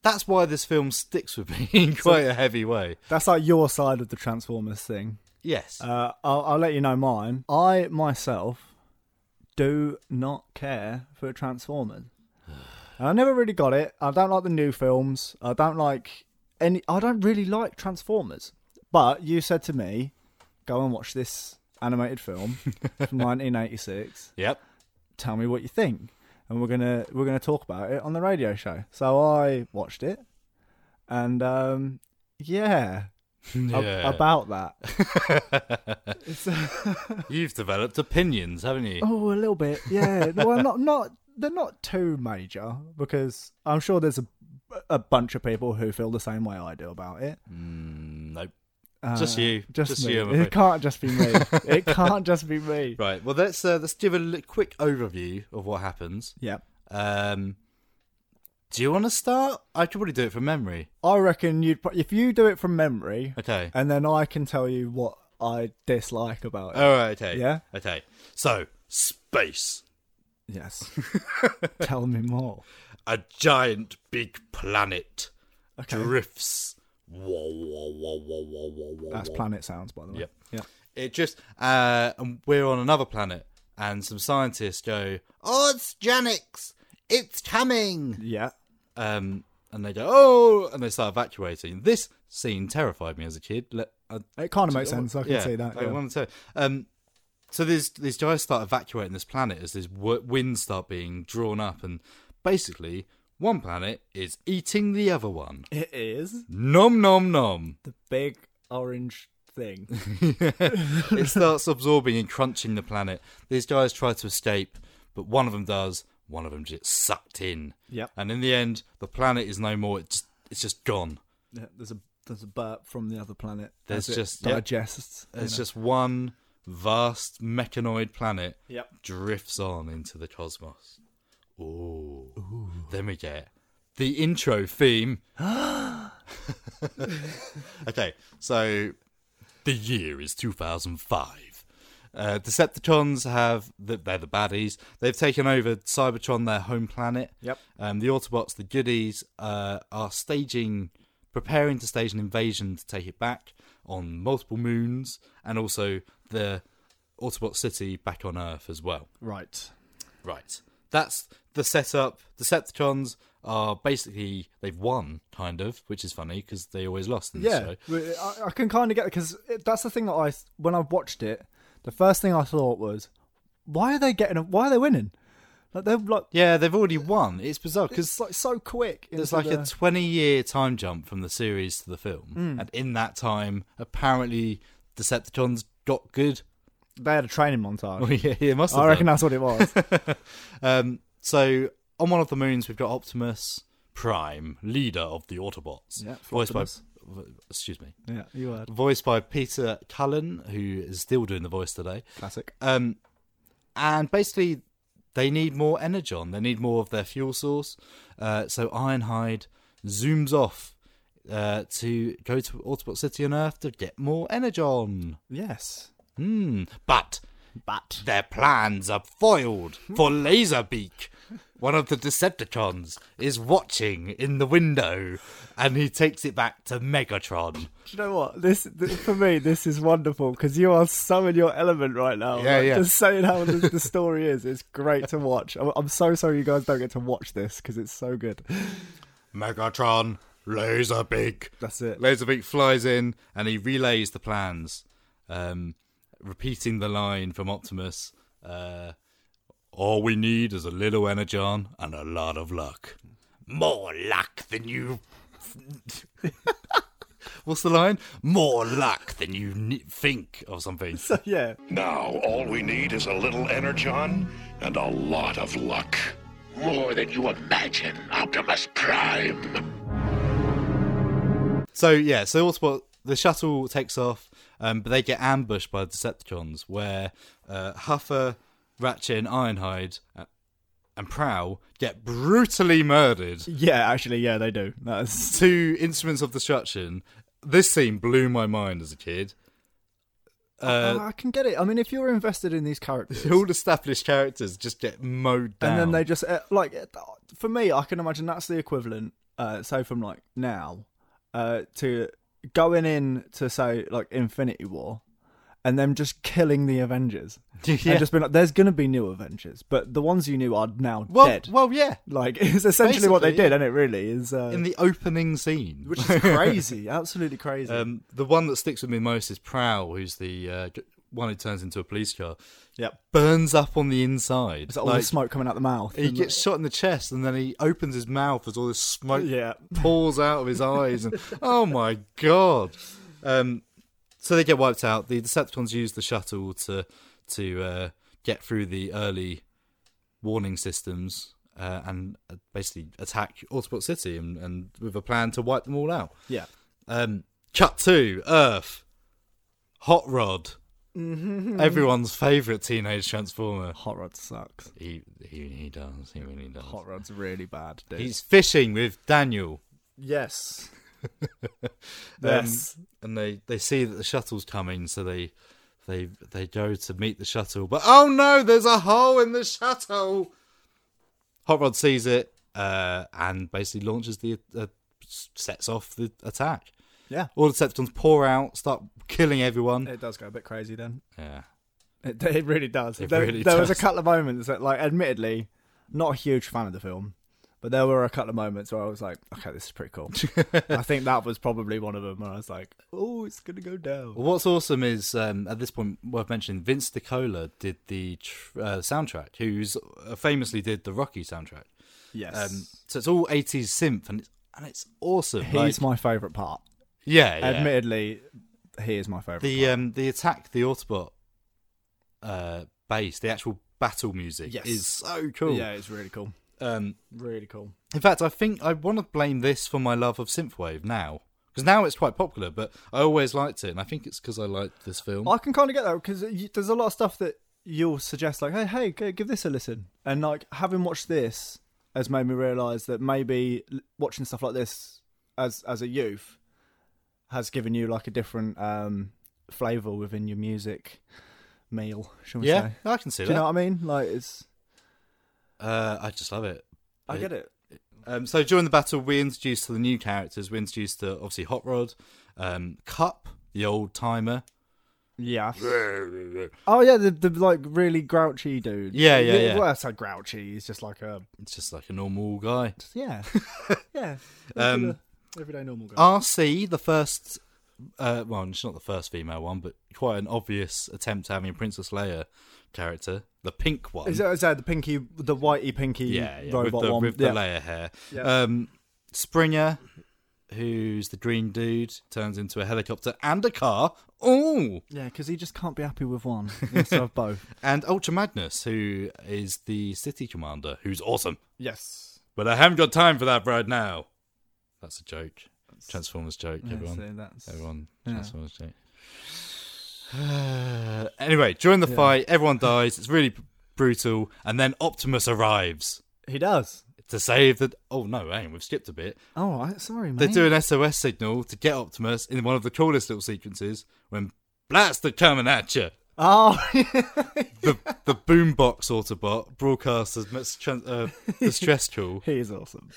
that's why this film sticks with me in quite a heavy way.
That's like your side of the Transformers thing.
Yes.
Uh, I'll, I'll let you know mine. I myself do not care for Transformers. And I never really got it. I don't like the new films. I don't like any. I don't really like Transformers. But you said to me, go and watch this animated film from 1986.
yep.
Tell me what you think, and we're gonna we're gonna talk about it on the radio show. So I watched it, and um, yeah, a-
Yeah.
about that.
You've developed opinions, haven't you?
Oh, a little bit, yeah. well, not not they're not too major because I'm sure there's a a bunch of people who feel the same way I do about it.
Mm,
Uh,
Nope. just you.
Just,
Just
me.
you, I'm
it
afraid.
can't just be me. it can't just be me.
Right. Well, let's uh, let's give a li- quick overview of what happens.
Yep.
Um, do you want to start? I could probably do it from memory.
I reckon you'd pro- if you do it from memory,
Okay.
and then I can tell you what I dislike about it.
All Oh, right. Okay.
Yeah?
Okay. So space,
yes. tell me more.
a giant big planet, drifts. Wah, wah, wah, wah, wah, wah, wah,
That's
wah.
Planet Sounds, by the way.
Yep.
Yeah.
It just uh, and we're on another planet, and some scientists go, "Oh, it's Janix, it's coming."
Yeah.
um, and they go, oh, and they start evacuating. This scene terrified me as a kid. Let, I,
It kind of makes sense. I can
yeah,
see that.
I
yeah.
wanted to- um, so these these guys start evacuating this planet as these w- winds start being drawn up, and basically one planet is eating the other one.
It is
Nom nom nom.
the big orange thing.
it starts absorbing and crunching the planet. These guys try to escape, but one of them does. One of them gets sucked in.
Yep.
And in the end, the planet is no more. It just, it's just gone.
Yeah, there's a there's a burp from the other planet.
There's
as it
just- yeah.
digests. you
It's
know.
just one vast mechanoid planet
Yep.
drifts on into the cosmos. Ooh. Then we get the intro theme. okay, so the year is 2005. Uh, Decepticons have the, they're the baddies. They've taken over Cybertron, their home planet.
Yep.
Um, the Autobots, the goodies, uh, are staging, preparing to stage an invasion to take it back on multiple moons, and also the Autobot city back on Earth as well.
right.
Right. That's the setup. Decepticons are basically they've won, kind of, which is funny because they always lost in this
Yeah,
show.
we- I, I can kind of get because that's the thing that I when I watched it, the first thing I thought was, why are they getting? a- Why are they winning? Like they're like
Yeah, they've already won. It's bizarre because
it's like so quick.
there's
into
like a
the- Hmm.
20 year time jump from the series to the film, and in that time, apparently Decepticons got good.
they had a training montage.
Well, yeah, it must. Have
I reckon
done.
that's what it was.
Um, so on one of the moons, we've got Optimus Prime, leader of the Autobots,
Yeah,
voiced by.
Floptimus.
Excuse me.
yeah, you were
voiced by Peter Cullen, who is still doing the voice today.
classic.
Um, and basically, they need more energon. They need more of their fuel source. Uh, so Ironhide zooms off uh, to go to Autobot City on Earth to get more energon.
Yes,
Hmm. But
but
their plans are foiled for Laserbeak, one of the Decepticons is watching in the window, and he takes it back to Megatron.
Do you know what? This th- for me, this is wonderful because you are so in your element right now.
Yeah,
Like,
yeah.
Just saying how the, the story is, it's great to watch. I'm, I'm so sorry you guys don't get to watch this because it's so good.
Megatron, Laserbeak.
That's it.
Laserbeak flies in and he relays the plans, um, repeating the line from Optimus. Uh, All we need is a little energon and a lot of luck. More luck than you. What's the line? More luck than you ne- think, or something.
So yeah,
Now, all we need is a little energon and a lot of luck. More than you imagine, Optimus Prime.
So yeah, so Autobot the shuttle takes off, um, but they get ambushed by the Decepticons, where uh, Huffer, Ratchet, and Ironhide uh, and Prowl get brutally murdered.
yeah. Actually, yeah, they do. That's
Two instruments of destruction. This scene blew my mind as a kid. Uh,
Ah, I can get it. I mean, if you're invested in these characters,
all established characters just get mowed down.
and then they just uh, like uh, for me i can imagine that's the equivalent uh so from like now uh to going in to say like infinity war and them just killing the avengers
Yeah.
and just being like there's gonna be new avengers but the ones you knew are now
well,
dead
well, yeah.
like it's essentially what they
basically,
did and it really is uh,
In the opening scene,
which is crazy absolutely crazy
Um, the one that sticks with me most is Prowl, who's the uh, g- one who turns into a police car.
Yep.
burns up on the inside.
it's all
Like,
the smoke coming out the mouth
He
and-
gets shot in the chest, and then he opens his mouth as all this smoke
yeah
pours out of his eyes, and oh my god! Um, so they get wiped out. The Decepticons use the shuttle to to uh, get through the early warning systems. Uh, and uh, basically attack Autobot City and, and with a plan to wipe them all out.
yeah
Um, cut two, Earth, Hot Rod,
Mm-hmm.
everyone's favourite teenage transformer.
hot rod sucks
He, he he does. He really does.
hot rod's really bad dude
He's fishing with Daniel.
yes
Um,
Yes.
and they they see that the shuttle's coming, so they they they go to meet the shuttle. But oh no, there's a hole in the shuttle. Hot Rod sees it uh, and basically launches the uh, sets off the attack.
yeah
All the Decepticons pour out, start killing everyone.
it does go a bit crazy then
yeah.
It, it really does.
It
there
really
there was a
does.
couple of moments that, like, admittedly, not a huge fan of the film, but there were a couple of moments where I was like, okay, this is pretty cool. I think that was probably one of them where I was like, oh, it's going to go down.
Well, What's awesome is um, at this point worth mentioning Vince DiCola did the tr- uh, soundtrack, who's uh, famously did the Rocky soundtrack.
Yes.
Um, so it's all eighties synth, and it's and it's awesome.
He's
like-
my favourite part.
yeah, yeah.
Admittedly, he is my favourite
the
part.
um, the attack, the Autobot uh, bass, the actual battle music
Yes.
is so cool.
Yeah, it's really cool.
Um,
Really cool.
in fact, I think I want to blame this for my love of synthwave now. Because now it's quite popular, but I always liked it, and I think it's because I liked this film.
I can kind of get that because there's a lot of stuff that you'll suggest, like, hey, hey, go, give this a listen. And like having watched this has made me realise that maybe l- watching stuff like this as as a youth has given you like a different um flavour within your music meal, shall we
yeah,
say?
I can see
Do
that.
you know what I mean? Like it's,
Uh, I just love it.
I
It-
get it.
Um, so during the battle, we're introduced to the new characters. We're introduced to obviously Hot Rod, um, Cup, the old timer.
Yeah. oh yeah, the, the like really grouchy dude.
Yeah, yeah, yeah.
Well, I say grouchy. He's just like a
It's just like a normal guy.
yeah, yeah.
Um,
everyday normal guy.
RC, the first, uh, well, she's not the first female one, but quite an obvious attempt at having a Princess Leia character, the pink one.
Is that, is that the pinky, the whitey pinky
yeah, yeah,
robot
with the,
one?
with
yeah.
the layer hair.
Yeah.
Um, Springer, who's the green dude, turns into a helicopter and a car. Oh,
because he just can't be happy with one. He has to have both.
and Ultra Magnus, who is the city commander, who's awesome.
Yes.
But I haven't got time for that right now. That's a joke. Transformers joke, everyone.
so that's-
Everyone,
yeah.
Transformers joke. anyway, during the fight, everyone dies. It's really b- brutal. And then Optimus arrives
He does.
to save the. Oh, no, hang on, we've skipped a bit.
All Oh, right, sorry,
They
mate.
do an SOS signal to get Optimus in one of the coolest little sequences when Blaster coming at you.
Oh,
The the boombox Autobot broadcasts as much tran- uh, the stress tool.
He is awesome.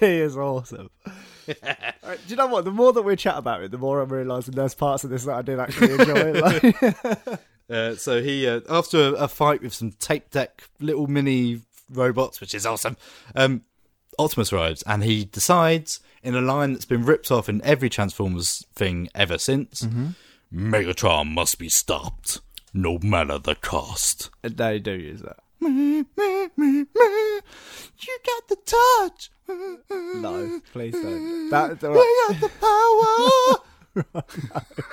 he is awesome. All right, do you know what? The more that we chat about it, the more I'm realising there's parts of this that I did actually enjoy. Like,
Uh, so he, uh, after a, a fight with some tape deck little mini robots, which is awesome, um, Optimus arrives and he decides, in a line that's been ripped off in every Transformers thing ever since, Mm-hmm. Megatron must be stopped, no matter the cost.
they do use that.
You got the touch.
No, please don't. That,
We got the power.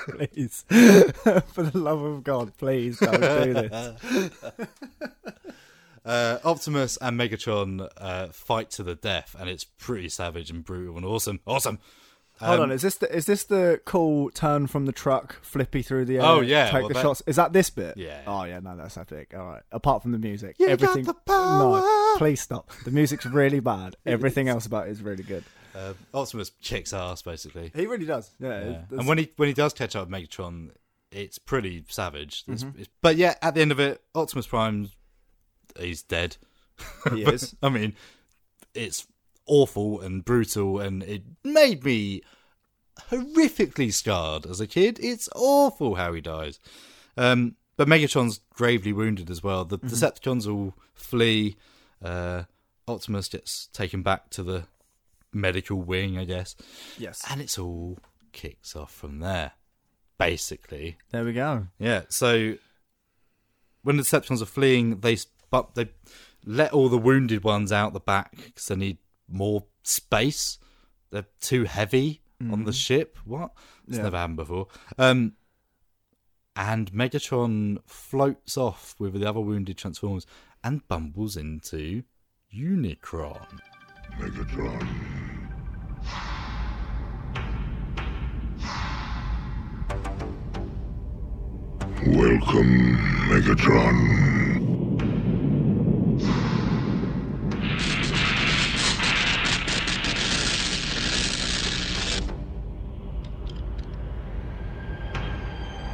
please. For the love of God, please don't do this.
Uh, Optimus and Megatron uh, fight to the death, and it's pretty savage and brutal and awesome. Awesome.
Hold
Um,
on, is this the is this the cool turn from the truck, flippy through the air,
Oh, yeah,
take
well,
the
that-
shots? Is that this bit?
Yeah.
Oh yeah, no, that's epic. All right. Apart from the music,
You got
everything.
the power.
No, please stop. The music's really bad. everything else about it is really good.
Uh, Optimus kicks ass basically,
He really does. Yeah. it's-
and when he when he does catch up with Megatron, it's pretty savage. It's-
Mm-hmm.
it's- but yeah, at the end of it, Optimus Prime, he's dead.
He is.
I mean, it's awful and brutal, and it made me horrifically scarred as a kid. It's awful how he dies. Um, but Megatron's gravely wounded as well. The Decepticons all flee. Uh, Optimus gets taken back to the medical wing, I guess,
yes.
and it's all kicks off from there, basically.
There we go.
Yeah. So when the Decepticons are fleeing, they but they let all the wounded ones out the back because they need more space. They're too heavy on the ship. What? It's
Mm-hmm. Yeah.
never happened before. Um, and Megatron floats off with the other wounded Transformers and bumbles into Unicron.
Megatron. Welcome, Megatron.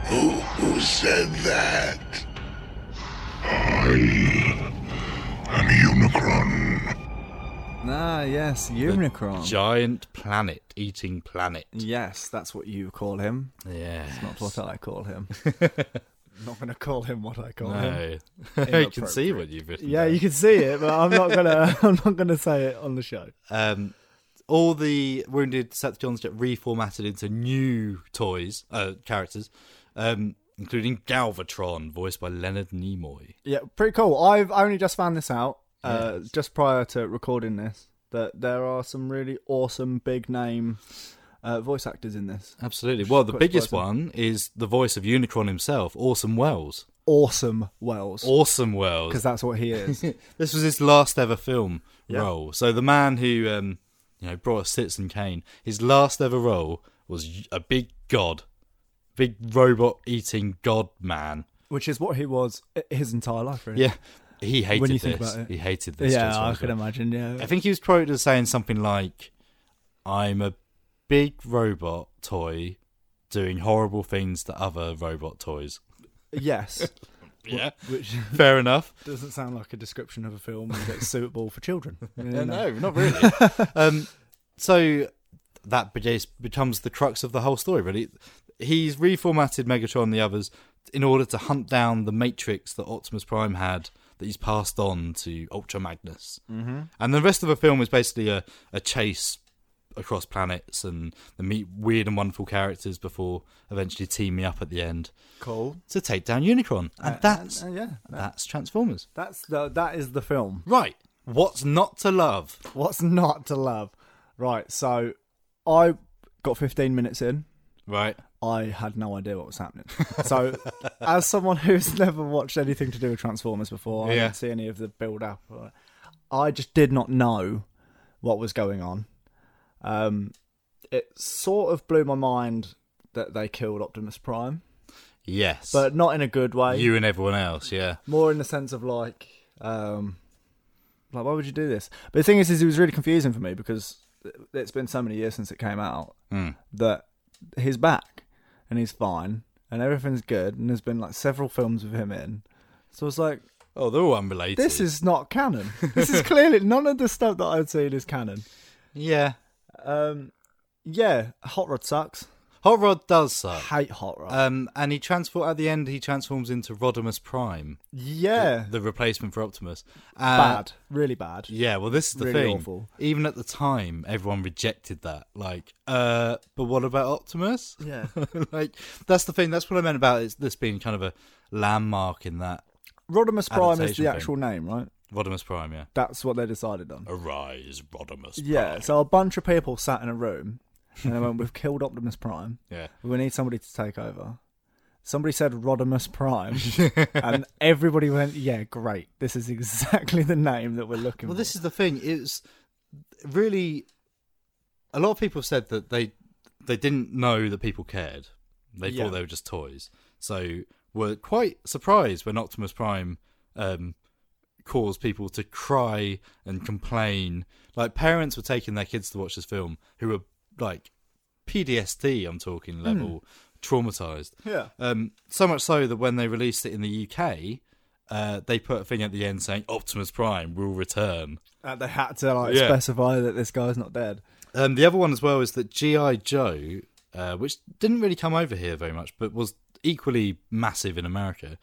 Who, who said that? I am Unicron.
Ah, yes, Unicron.
Giant planet eating planet.
yes, that's what you call him.
Yeah.
Not what I call him. not going to call him what I call him.
No. you can see what you've written.
Yeah,
down.
you can see it, but I'm not gonna. I'm not gonna say it on the show.
um, all the wounded Decepticons get reformatted into new toys, uh, characters, um, including Galvatron, voiced by Leonard Nimoy.
Yeah, pretty cool. I've only just found this out uh, just prior to recording this that there are some really awesome big name uh, voice actors in this.
Absolutely. Well, the
Quite
biggest
surprising.
one is the voice of Unicron himself, Awesome Wells.
Awesome Wells,
Awesome Wells.
because that's what he is.
This was his last ever film
Yeah.
role. So the man who um, you know brought us Citizen Kane, his last ever role was a big god, big robot eating god man.
which is what he was i- his entire life. Really.
Yeah, he hated
you
this.
think about it.
He hated this.
yeah, I
Transformers
can
role.
imagine. Yeah,
I think he was quoted as saying something like, "I'm a big robot toy doing horrible things to other robot toys."
yes,
Yeah,
which
fair enough.
doesn't sound like a description of a film that's suitable for children.
Uh, no, not really. um, so that be- becomes the crux of the whole story. Really, he's reformatted Megatron and the others in order to hunt down the Matrix that Optimus Prime had that he's passed on to Ultra Magnus. Mm-hmm. And the rest of the film is basically a, a chase across planets and they meet weird and wonderful characters before eventually teaming up at the end
Cool.
to take down Unicron. And that's
uh, yeah.
that's Transformers.
That's the that is the film.
Right. What's not to love?
What's not to love? Right, so I got 15 minutes in.
Right.
I had no idea what was happening. So, as someone who's never watched anything to do with Transformers before, I
Yeah.
didn't see any of the build up. or- I just did not know what was going on. Um, it sort of blew my mind that they killed Optimus Prime,
Yes.
but not in a good way.
you and everyone else, yeah.
more in the sense of like um like why would you do this but the thing is is it was really confusing for me because it's been so many years since it came out
Hmm.
that he's back and he's fine and everything's good and there's been like several films with him in so it's like
Oh, they're all unrelated.
This is not canon. This is clearly none of the stuff that I've seen is canon.
yeah.
Um, yeah, Hot Rod sucks.
Hot Rod does suck.
Hate Hot Rod.
Um, and he transform at the end. He transforms into Rodimus Prime,
yeah,
the replacement for Optimus. Uh,
bad, really bad.
Yeah, well, this is the
Really
thing.
awful.
Even at the time, everyone rejected that. Like, uh, but what about Optimus?
Yeah.
like, that's the thing. That's what I meant about it's, this being kind of a landmark in that
Rodimus Prime is
Adaptation
the
thing.
actual name, right?
Rodimus Prime. Yeah,
That's what they decided on.
arise, Rodimus.
Yeah,
Prime.
so a bunch of people sat in a room and they went, We've killed Optimus Prime.
yeah.
We need somebody to take over. Somebody said Rodimus Prime, and everybody went, Yeah, great. This is exactly the name that we're looking
Well,
for.
this is the thing. It's really a lot of people said that they they didn't know that people cared. They
Yeah.
thought they were just toys. So were quite surprised when Optimus Prime um, caused people to cry and complain. Like parents were taking their kids to watch this film who were like PTSD. I'm talking level traumatized.
Yeah.
Um, so much so that when they released it in the UK, uh, they put a thing at the end saying Optimus Prime will return.
And they had to like
Yeah.
specify that this guy's not dead.
Um, the other one as well is that GI Joe, uh, which didn't really come over here very much, but was equally massive in America,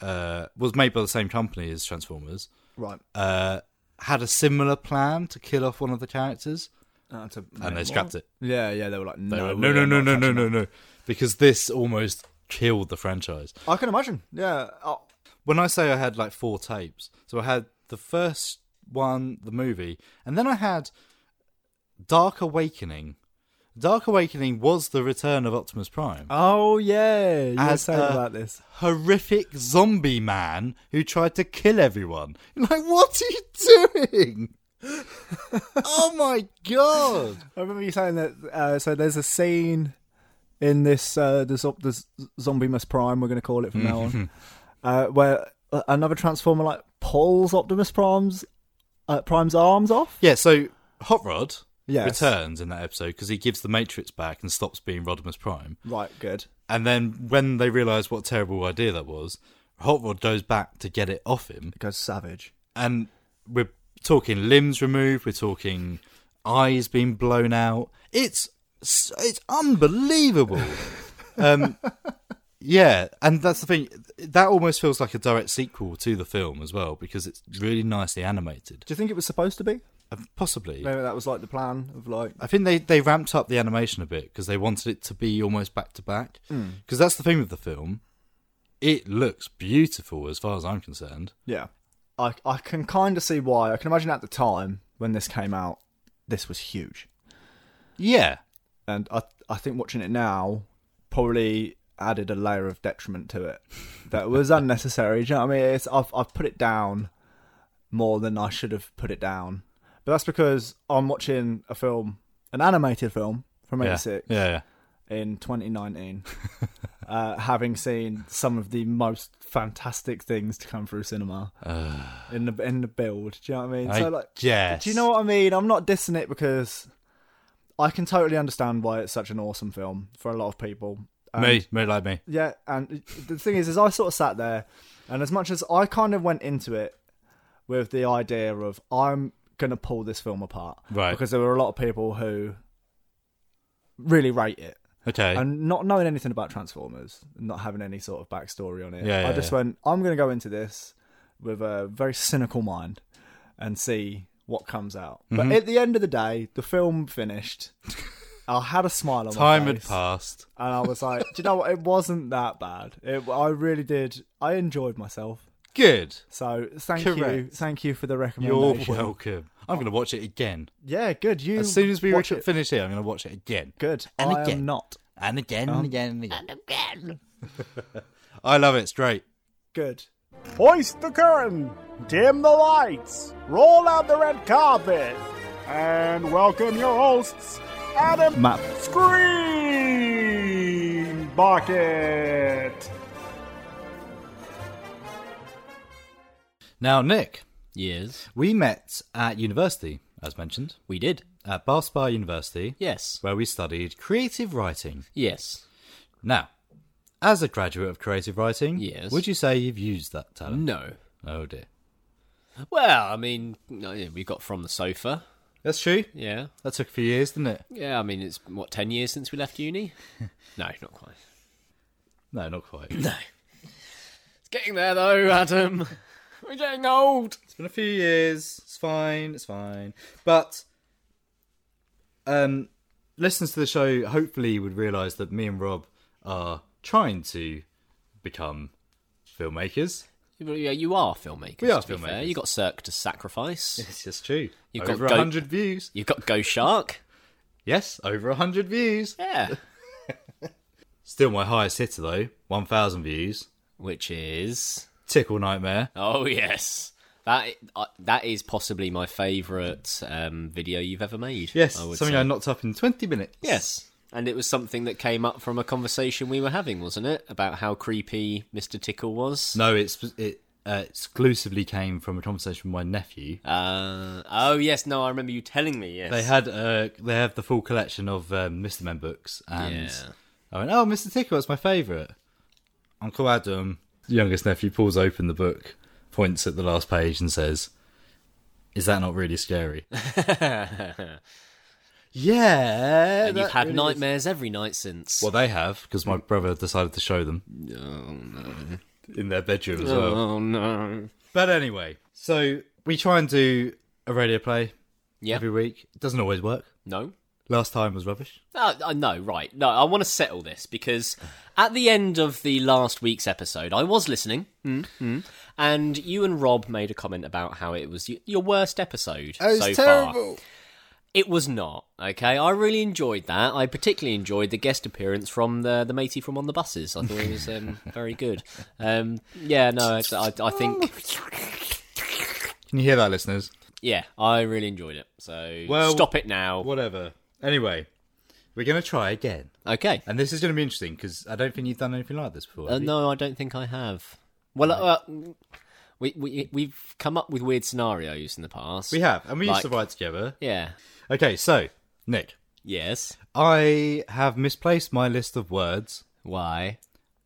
uh, was made by the same company as Transformers.
Right.
Uh, had a similar plan to kill off one of the characters,
Uh, to-
and they scrapped it.
Yeah, yeah, they were like,
They
No,
were,
we're
no, no, no,
not
no,
touching
no,
that."
no, no, because this almost killed the franchise.
I can imagine. Yeah. Oh,
when I say I had like four tapes, so I had the first one, the movie, and then I had Dark Awakening. Dark Awakening was the return of Optimus Prime.
oh yeah. You were
As uh,
saying
a
about this.
horrific zombie man who tried to kill everyone. You're like, what are you doing? oh my god!
I remember you saying that. Uh, so there's a scene in this uh, this, op- this zombie must prime. We're going to call it from now on, uh, where uh, another transformer like pulls Optimus Prime's uh, Prime's arms off.
Yeah, so Hot Rod
Yes.
returns in that episode because he gives the Matrix back and stops being Rodimus Prime.
Right. Good.
And then when they realise what a terrible idea that was, Hot Rod goes back to get it off him.
Because savage.
And we're talking limbs removed, we're talking eyes being blown out. It's it's unbelievable. um, yeah, and that's the thing. That almost feels like a direct sequel to the film as well because it's really nicely animated.
Do you think it was supposed to be?
Uh, Possibly.
Maybe that was like the plan of like.
I think they, they ramped up the animation a bit because they wanted it to be almost back to back. Because that's the thing with the film. It looks beautiful as far as I'm concerned.
Yeah. I I can kind of see why. I can imagine at the time when this came out, this was huge.
Yeah.
and I I think watching it now probably added a layer of detriment to it that was unnecessary. Do you know what I mean? It's I've I've put it down more than I should have put it down, but that's because I'm watching a film, an animated film from
Yeah.
'86
Yeah. yeah.
in 2019, uh, having seen some of the most fantastic things to come through cinema in the in the build. Do you know what I mean?
I guess.
Do you know what I mean? I'm not dissing it because I can totally understand why it's such an awesome film for a lot of people. And-
me, me like me.
Yeah, and the thing is, is I sort of sat there, and as much as I kind of went into it with the idea of I'm gonna pull this film apart,
Right.
Because there were a lot of people who really rate it,
Okay.
and not knowing anything about Transformers, not having any sort of backstory on it,
Yeah, yeah,
I just
yeah.
went, I'm going to go into this with a very cynical mind and see what comes out. But
Mm-hmm.
at the end of the day, the film finished. I had a smile on
Time
my
had
face,
passed.
and I was like, "Do you know what? It wasn't that bad. It, I really did. I enjoyed myself.
Good.
So thank you,
Correct.
thank you for the
You're
recommendation.
welcome. I'm going to watch it again.
Yeah, good. You
As soon as we
watch
watch
it,
finish here, I'm going to watch it again.
good.
And
I
again.
am not
And again, and again, and again. And again. I love it. It's great.
good.
Hoist the curtain, dim the lights, roll out the red carpet, and welcome your hosts, Adam
Matt.
Screen Bucket.
Now, Nick,
Yes,
we met at university, as mentioned,
we did.
at Bath Spa University,
Yes,
where we studied creative writing.
yes.
Now, as a graduate of creative writing,
Yes. Mm.
would you say you've used that talent?
No,
Oh dear.
Well, I mean, no, yeah, we got from the sofa.
That's true.
Yeah,
That took a few years, didn't it?
yeah. I mean, it's what ten years since we left uni. no, not quite.
No, not quite.
It's getting there though, Adam. We're getting old.
It's been a few years. It's fine. It's fine. But um, listeners to the show hopefully would realise that me and Rob are trying to become filmmakers.
Yeah, you are filmmakers.
We are
to be fair.
filmmakers.
You got Cirque to sacrifice.
It's just true.
You've got
over
goat-
hundred views.
You've got Go Shark.
Yes, over hundred views.
Yeah.
Still my highest hitter though. One thousand views.
Which is
Tickle nightmare.
oh yes, that uh, that is possibly my favourite um, video you've ever made.
Yes,
I would
something
say.
I knocked up in twenty minutes.
Yes. And it was something that came up from a conversation we were having, wasn't it? About how creepy Mr. Tickle was.
No, it's it uh, exclusively came from a conversation with my nephew.
Uh, oh, yes. No, I remember you telling me, yes.
They had uh, they have the full collection of um, Mr. Men books, and
Yeah.
I went, "Oh, Mr. Tickle, it's my favourite." Uncle Adam, youngest nephew, pulls open the book, points at the last page, and says, "Is that not really scary?" yeah,
and
that
you've had
really is-
nightmares every night since.
Well, they have because my brother decided to show them in their bedroom as well.
Oh, no.
But anyway, so we try and do a radio play
Yeah.
every week. It doesn't always work.
No?
Last time was rubbish.
Uh, uh, no, right. No, I want to settle this because at the end of the last week's episode, I was listening, mm, and you and Rob made a comment about how it was y- your worst episode so far. It was not. Okay, I really enjoyed that. I particularly enjoyed the guest appearance from the the matey from on the buses. I thought it was um, very good. Um, yeah, no, it's, I, I think
Can you hear that, listeners?
yeah, I really enjoyed it. So
Well,
stop it now.
Whatever. Anyway, we're going to try again.
Okay.
And this is going to be interesting because I don't think you've done anything like this before.
Uh,
have you?
no, I don't think I have. Well, uh, we we we've come up with weird scenarios in the past.
We have. And we used to
Like-
ride together.
Yeah.
Okay, so, Nick,
Yes.
I have misplaced my list of words.
Why?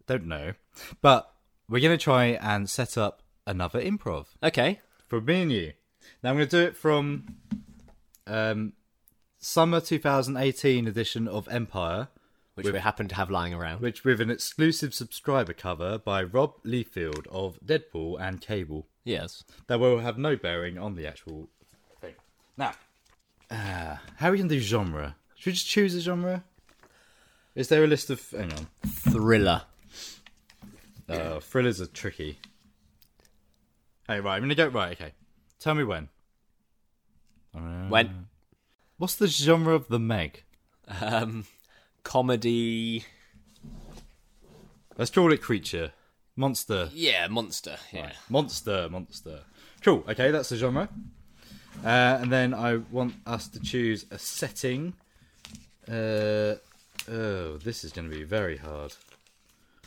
Don't know. But we're going to try and set up another improv.
Okay.
for me and you. Now I'm going to do it from um, summer 2018 edition of Empire,
Which we happen to have lying around.
which with an exclusive subscriber cover by Rob Leafield of Deadpool and Cable,
yes.
that will have no bearing on the actual thing. Now, uh, how are we going to do genre? Should we just choose a genre? Is there a list of? Hang on,
Thriller.
uh, thrillers are tricky. Hey, right, I'm going to go right. Okay, tell me when.
When
What's the genre of the Meg? Uh-huh.
um comedy.
Let's call it creature. Monster.
Yeah, monster. Yeah.
Right. Monster, monster. Cool. Okay, that's the genre. Uh, and then I want us to choose a setting. Uh, oh, this is going to be very hard.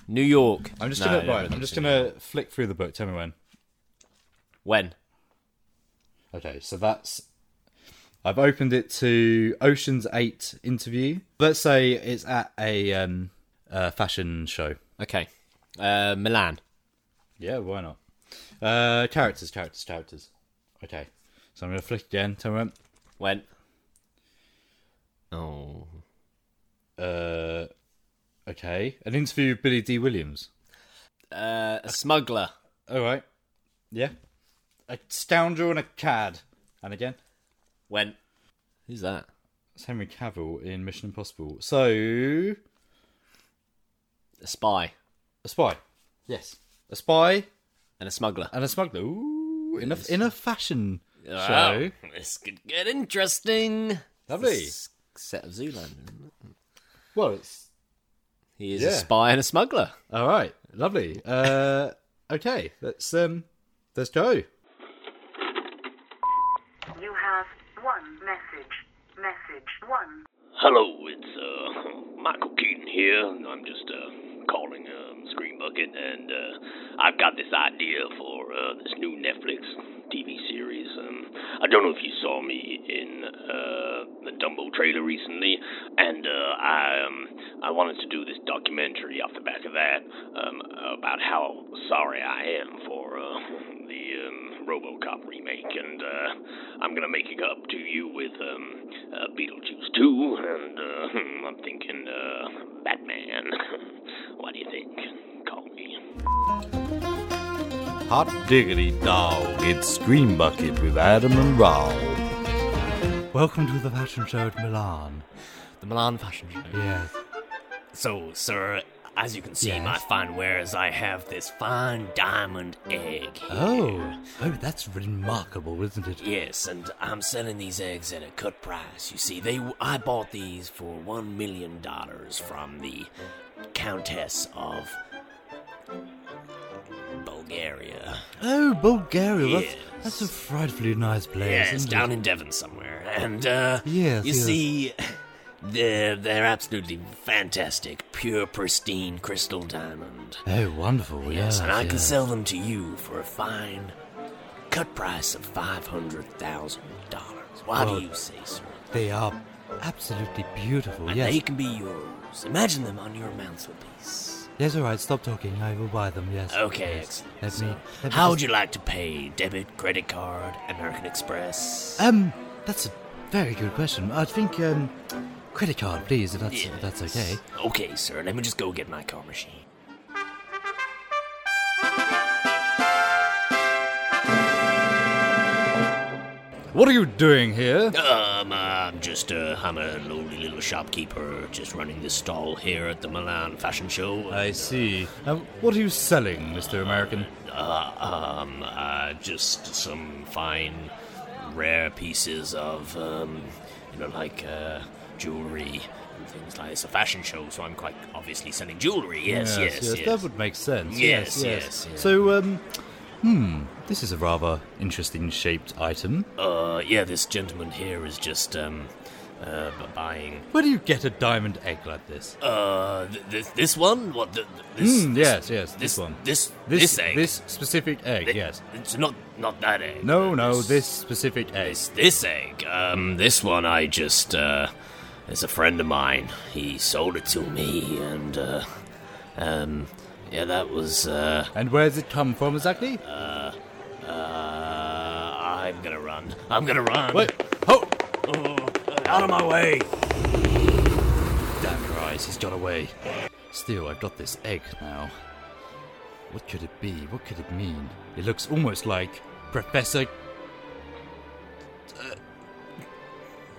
New York.
I'm just
No,
gonna
no,
right,
no,
I'm just
no.
gonna flick through the book. Tell me when.
When?
Okay, so that's. I've opened it to Ocean's Eight interview. Let's say it's at a um, uh, fashion show.
Okay. Uh Milan.
Yeah, why not? Uh, characters, characters, characters. Okay, so I'm gonna flick again. Tell me when.
When? Oh.
Uh, okay. An interview with Billy D. Williams.
Uh, a smuggler.
All right. Yeah. A scoundrel and a cad. And again,
When? Who's that?
it's Henry Cavill in Mission Impossible. So, a
A spy
spy. Yes. A spy
and a smuggler.
and a smuggler. Ooh, in a, in a fashion
Wow,
show.
this could get interesting.
Lovely.
This set of Zoolander.
Well, it's.
He is
Yeah.
a spy and a smuggler.
All right. Lovely. Uh, okay. Let's, um, let's go.
You have one message. Message one.
Hello, it's uh, Michael Keaton here. I'm just uh, calling um, Screen Bucket, and uh, I've got this idea for uh, this new Netflix TV series. Um, I don't know if you saw me in uh, the Dumbo trailer recently, and uh, I um, I wanted to do this documentary off the back of that um, about how sorry I am for uh, the
RoboCop remake, and uh, I'm gonna make it up to you with um, uh, Beetlejuice 2, and uh, hmm, I'm thinking uh, Batman. what do you think? Call me.
Hot diggity dog, it's Scream Bucket with Adam and Raul. Welcome to the fashion show at Milan.
The Milan Fashion Show.
Yes.
So, sir, as you can see,
Yes.
my fine wares, I have this fine diamond egg.
Oh, oh, that's remarkable, isn't it?
Yes, and I'm selling these eggs at a cut price. You see, they I bought these for one million dollars from the Countess of Bulgaria.
Oh, Bulgaria. That's,
Yes.
that's a frightfully nice place.
Yes,
isn't
down
it?
in Devon somewhere. And uh,
Yes,
you
yes.
see, they're they're absolutely fantastic, pure, pristine crystal diamond.
Oh, wonderful. Yes,
Yes, and I can
yes.
sell them to you for a fine cut price of five hundred thousand dollars. Why
Well,
do you say, sir?
They are absolutely beautiful.
And
yes.
they can be yours. Imagine them on your mantelpiece.
Yes, all right. Stop talking. I will buy them. Yes.
Okay,
yes. Let
excellent.
me. let me
How would
just-
you like to pay? Debit, credit card, American Express.
Um, that's a very good question. I think um, credit card, please, if that's if that's okay.
Okay, sir. Let me just go get my car machine.
What are you doing here?
Um, I'm just uh, I'm a lowly little shopkeeper, just running this stall here at the Milan Fashion Show.
I see. Um, what are you selling, Mr. American?
Uh, um, uh, just some fine, rare pieces of um, you know, like uh, jewelry and things like. It's a fashion show, so I'm quite obviously selling jewelry. Yes, yes, yes.
That would make sense.
Yes, yes, yes.
So, um, hmm, this is a rather interesting shaped item.
Uh, yeah. This gentleman here is just um, uh, b- buying.
Where do you get a diamond egg like this?
Uh, th- this this one? What? Th- th- this,
Hmm,
this-
yes, yes, this, one.
This this, egg.
This specific egg,
Th-
yes.
It's not not that egg.
No, no, this specific egg.
This egg. Um, this one I just uh, it's a friend of mine. He sold it to me, and uh, um, yeah, that was uh,
And where does it come from exactly?
uh, uh, I'm gonna run. I'm gonna run.
Wait,
oh, out of my way.
Damn your eyes, he's got away. Still, I've got this egg now. What could it be? What could it mean? It looks almost like Professor.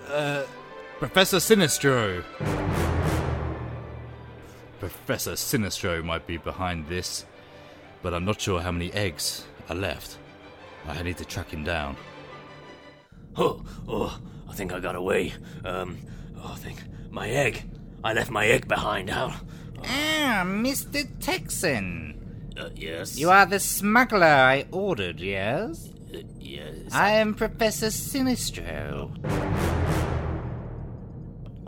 Uh, uh, Professor Sinistro! Professor Sinistro might be behind this, but I'm not sure how many eggs are left. I need to track him down.
Oh, oh, I think I got away. Um, oh, I think my egg. I left my egg behind. How?
Ah, Mr. Texan.
Uh, yes.
You are the smuggler I ordered, yes?
Yes.
I am Professor Sinistro.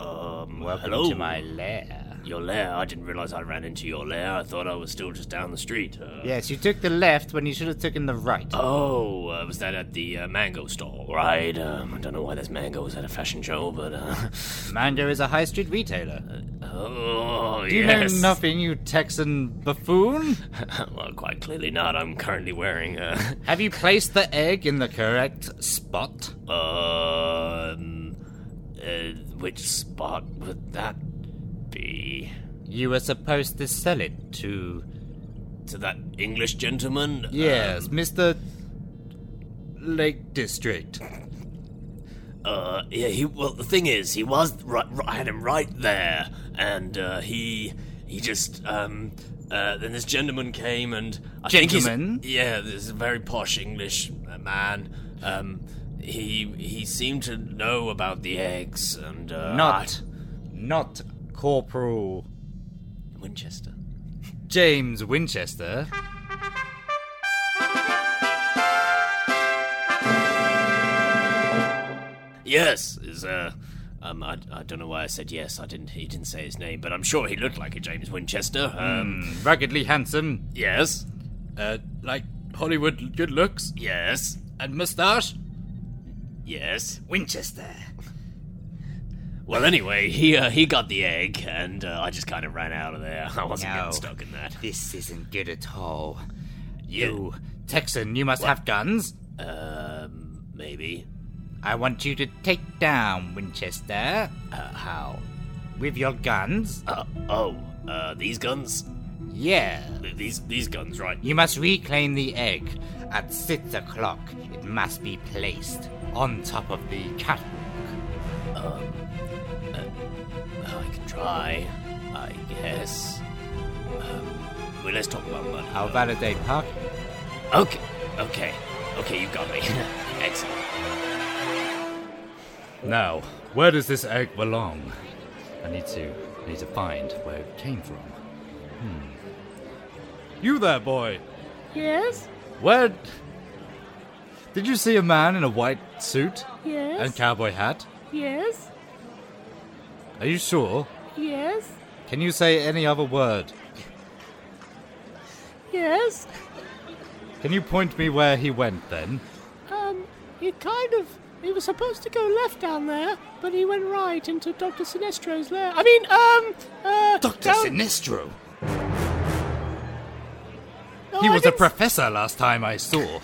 Um,
Welcome
hello?
to my lair.
Your lair? I didn't realize I ran into your lair. I thought I was still just down the street. Uh,
Yes, you took the left when you should have taken the right.
Oh, uh, was that at the uh, mango stall? Right. Um, I don't know why there's mangoes at a fashion show, but uh,
Mando is a high street retailer.
oh
Do you
yes.
know nothing, you Texan buffoon?
well, quite clearly not. I'm currently wearing uh,
Have you placed the egg in the correct spot?
um, uh, which spot would that be?
You were supposed to sell it to.
To that English gentleman?
Yes, Mr. Lake District.
Uh, yeah, he. Well, the thing is, he was. Right, right, I had him right there, and uh, he. He just. Um. Uh, then this gentleman came, and uh, I
Gentleman?
think he's. Yeah, this is a very posh English uh, man. Um. He he seemed to know about the eggs, and uh,
Not. Not Corporal
I- Winchester.
James Winchester.
Yes, is uh. Um, I, I don't know why I said yes. I didn't. He didn't say his name, but I'm sure he looked like a James Winchester. Um,
Hmm, Raggedly handsome.
Yes.
Uh, like Hollywood good looks.
Yes.
And moustache.
Yes.
Winchester.
Well, anyway, he uh, he got the egg, and uh, I just kind of ran out of there. I wasn't
No.
getting stuck in that.
This isn't good at all. You, Texan, you must have guns. Um, Maybe. I want you to take down Winchester.
Uh, how?
With your guns.
Uh, oh, uh, these guns?
Yeah.
Th- These these guns, right?
You must reclaim the egg. At six o'clock, it must be placed on top of the catwalk.
Um, I can try, I guess. Um, well, let's talk about money.
I'll validate parking.
Okay, okay, okay, you got me. Excellent.
Now, where does this egg belong? I need to I need to find where it came from. Hmm. You there, boy.
Yes?
Where did you see a man in a white suit
Yes?
and cowboy hat?
Yes?
Are you sure?
Yes?
Can you say any other word?
Yes?
Can you point me where he went then?
Um, he kind of. He was supposed to go left down there, but he went right into Dr. Sinestro's lair. I mean, um, uh.
Dr.
down-
Sinestro.
No,
he
I
was a
didn't-
professor last time I saw.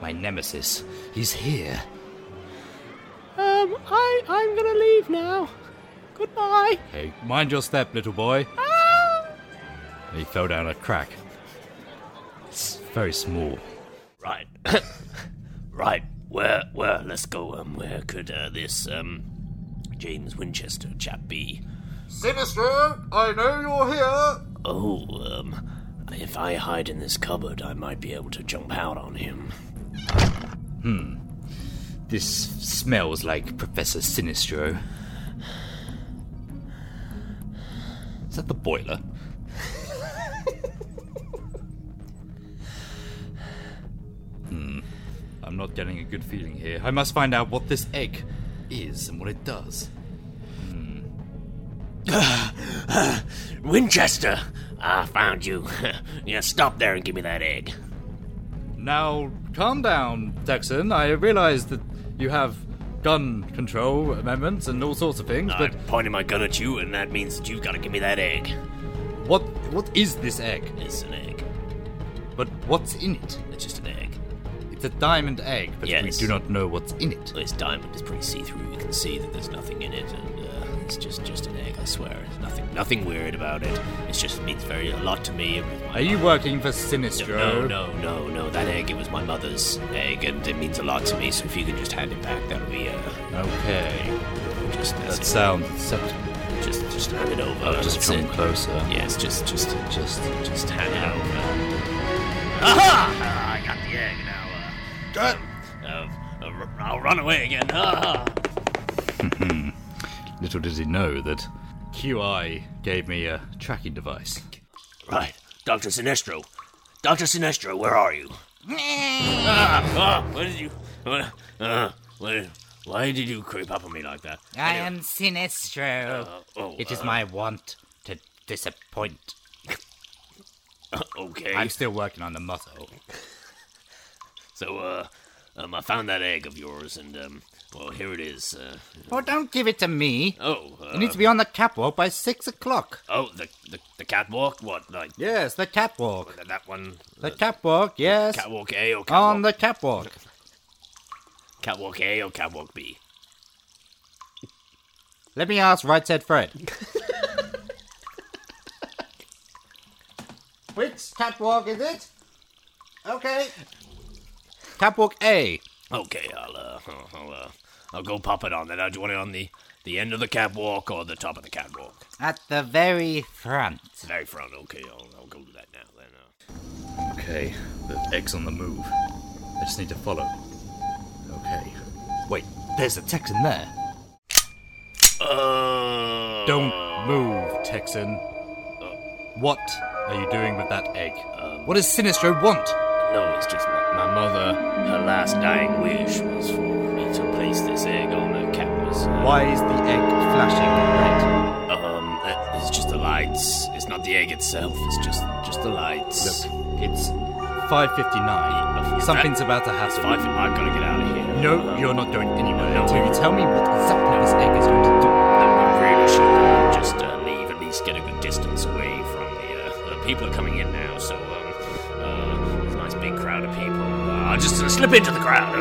My nemesis. He's here.
Um, I, I'm gonna leave now. Goodbye.
Hey, mind your step, little boy.
Ah!
He fell down a crack. It's very small.
Right. right. Where where let's go. Um, where could uh, this um James Winchester chap be?
Sinestro, I know you're here.
Oh, um, if I hide in this cupboard, I might be able to jump out on him.
Hmm. This smells like Professor Sinistro. Is that the boiler? hmm. I'm not getting a good feeling here. I must find out what this egg is and what it does.
Winchester, I found you. yeah, stop there and give me that egg.
Now, calm down, Texan. I realize that you have gun control amendments and all sorts of things, but
I'm pointing my gun at you, and that means that you've got to give me that egg.
what what is this egg?
It's an egg.
But what's in it?
It's just an egg.
It's a diamond egg, but we do not know what's in it.
This diamond is pretty see-through. You can see that there's nothing in it, and uh, it's just just an egg. I swear, There's nothing nothing weird about it. It just means very a lot to me.
Are you working for Sinistro?
No, no, no, no. That egg, it was my mother's egg, and it means a lot to me. So if you could just hand it back, that would be uh,
okay.
Just that's
That
it.
sounds acceptable.
Just just hand it over.
I'll just
That's
come
it.
closer.
Yes, just just
just
just hand it over. Ah,
Aha!
I got the egg now. Uh, uh, r- I'll run away again. Ah!
Little did he know that QI gave me a tracking device.
Right, Doctor Sinestro, Doctor Sinestro, where are you? Ah, ah, what did you? What, uh, what, why did you creep up on me like that?
I am Sinestro.
oh,
it is
uh,
my want to disappoint.
okay.
I'm still working on the motto.
So, uh, um, I found that egg of yours, and um, well, here it is. Uh,
Oh, don't give it to me.
Oh, uh,
it needs to be on the catwalk by six o'clock.
oh, the, the the catwalk. What like
Yes, the catwalk.
that, oh, that one?
The catwalk, yes.
Catwalk A or catwalk
On the catwalk.
catwalk A or catwalk B?
Let me ask Right Said Fred. Which catwalk is it? Okay.
Catwalk A.
Okay, I'll uh, I'll, I'll, uh, I'll go pop it on. Then I do you want it on the the end of the catwalk or the top of the catwalk.
At the very front.
Very front. Okay, I'll, I'll go to that now. Then. Uh,
Okay, the egg's on the move. I just need to follow. Okay. Wait, there's a Texan there. Don't move, Texan. What are you doing with that egg? what does Sinistro want?
No, it's just my, my mother. Her last dying wish was for me to place this egg on a canvas.
Why is the egg flashing
red? Um, uh, it's just the lights. It's not the egg itself. It's just just the lights. Look,
it's 5.59. Something's about to happen.
Five. I've got to get out of here.
No, you're not going anywhere until you tell me what exactly this egg is going to do.
I really should just uh, leave. At least get a good distance away from the. Uh, uh, people are coming in now, so um, uh, there's a nice big crowd of people. Uh, I'll just uh, slip into the crowd.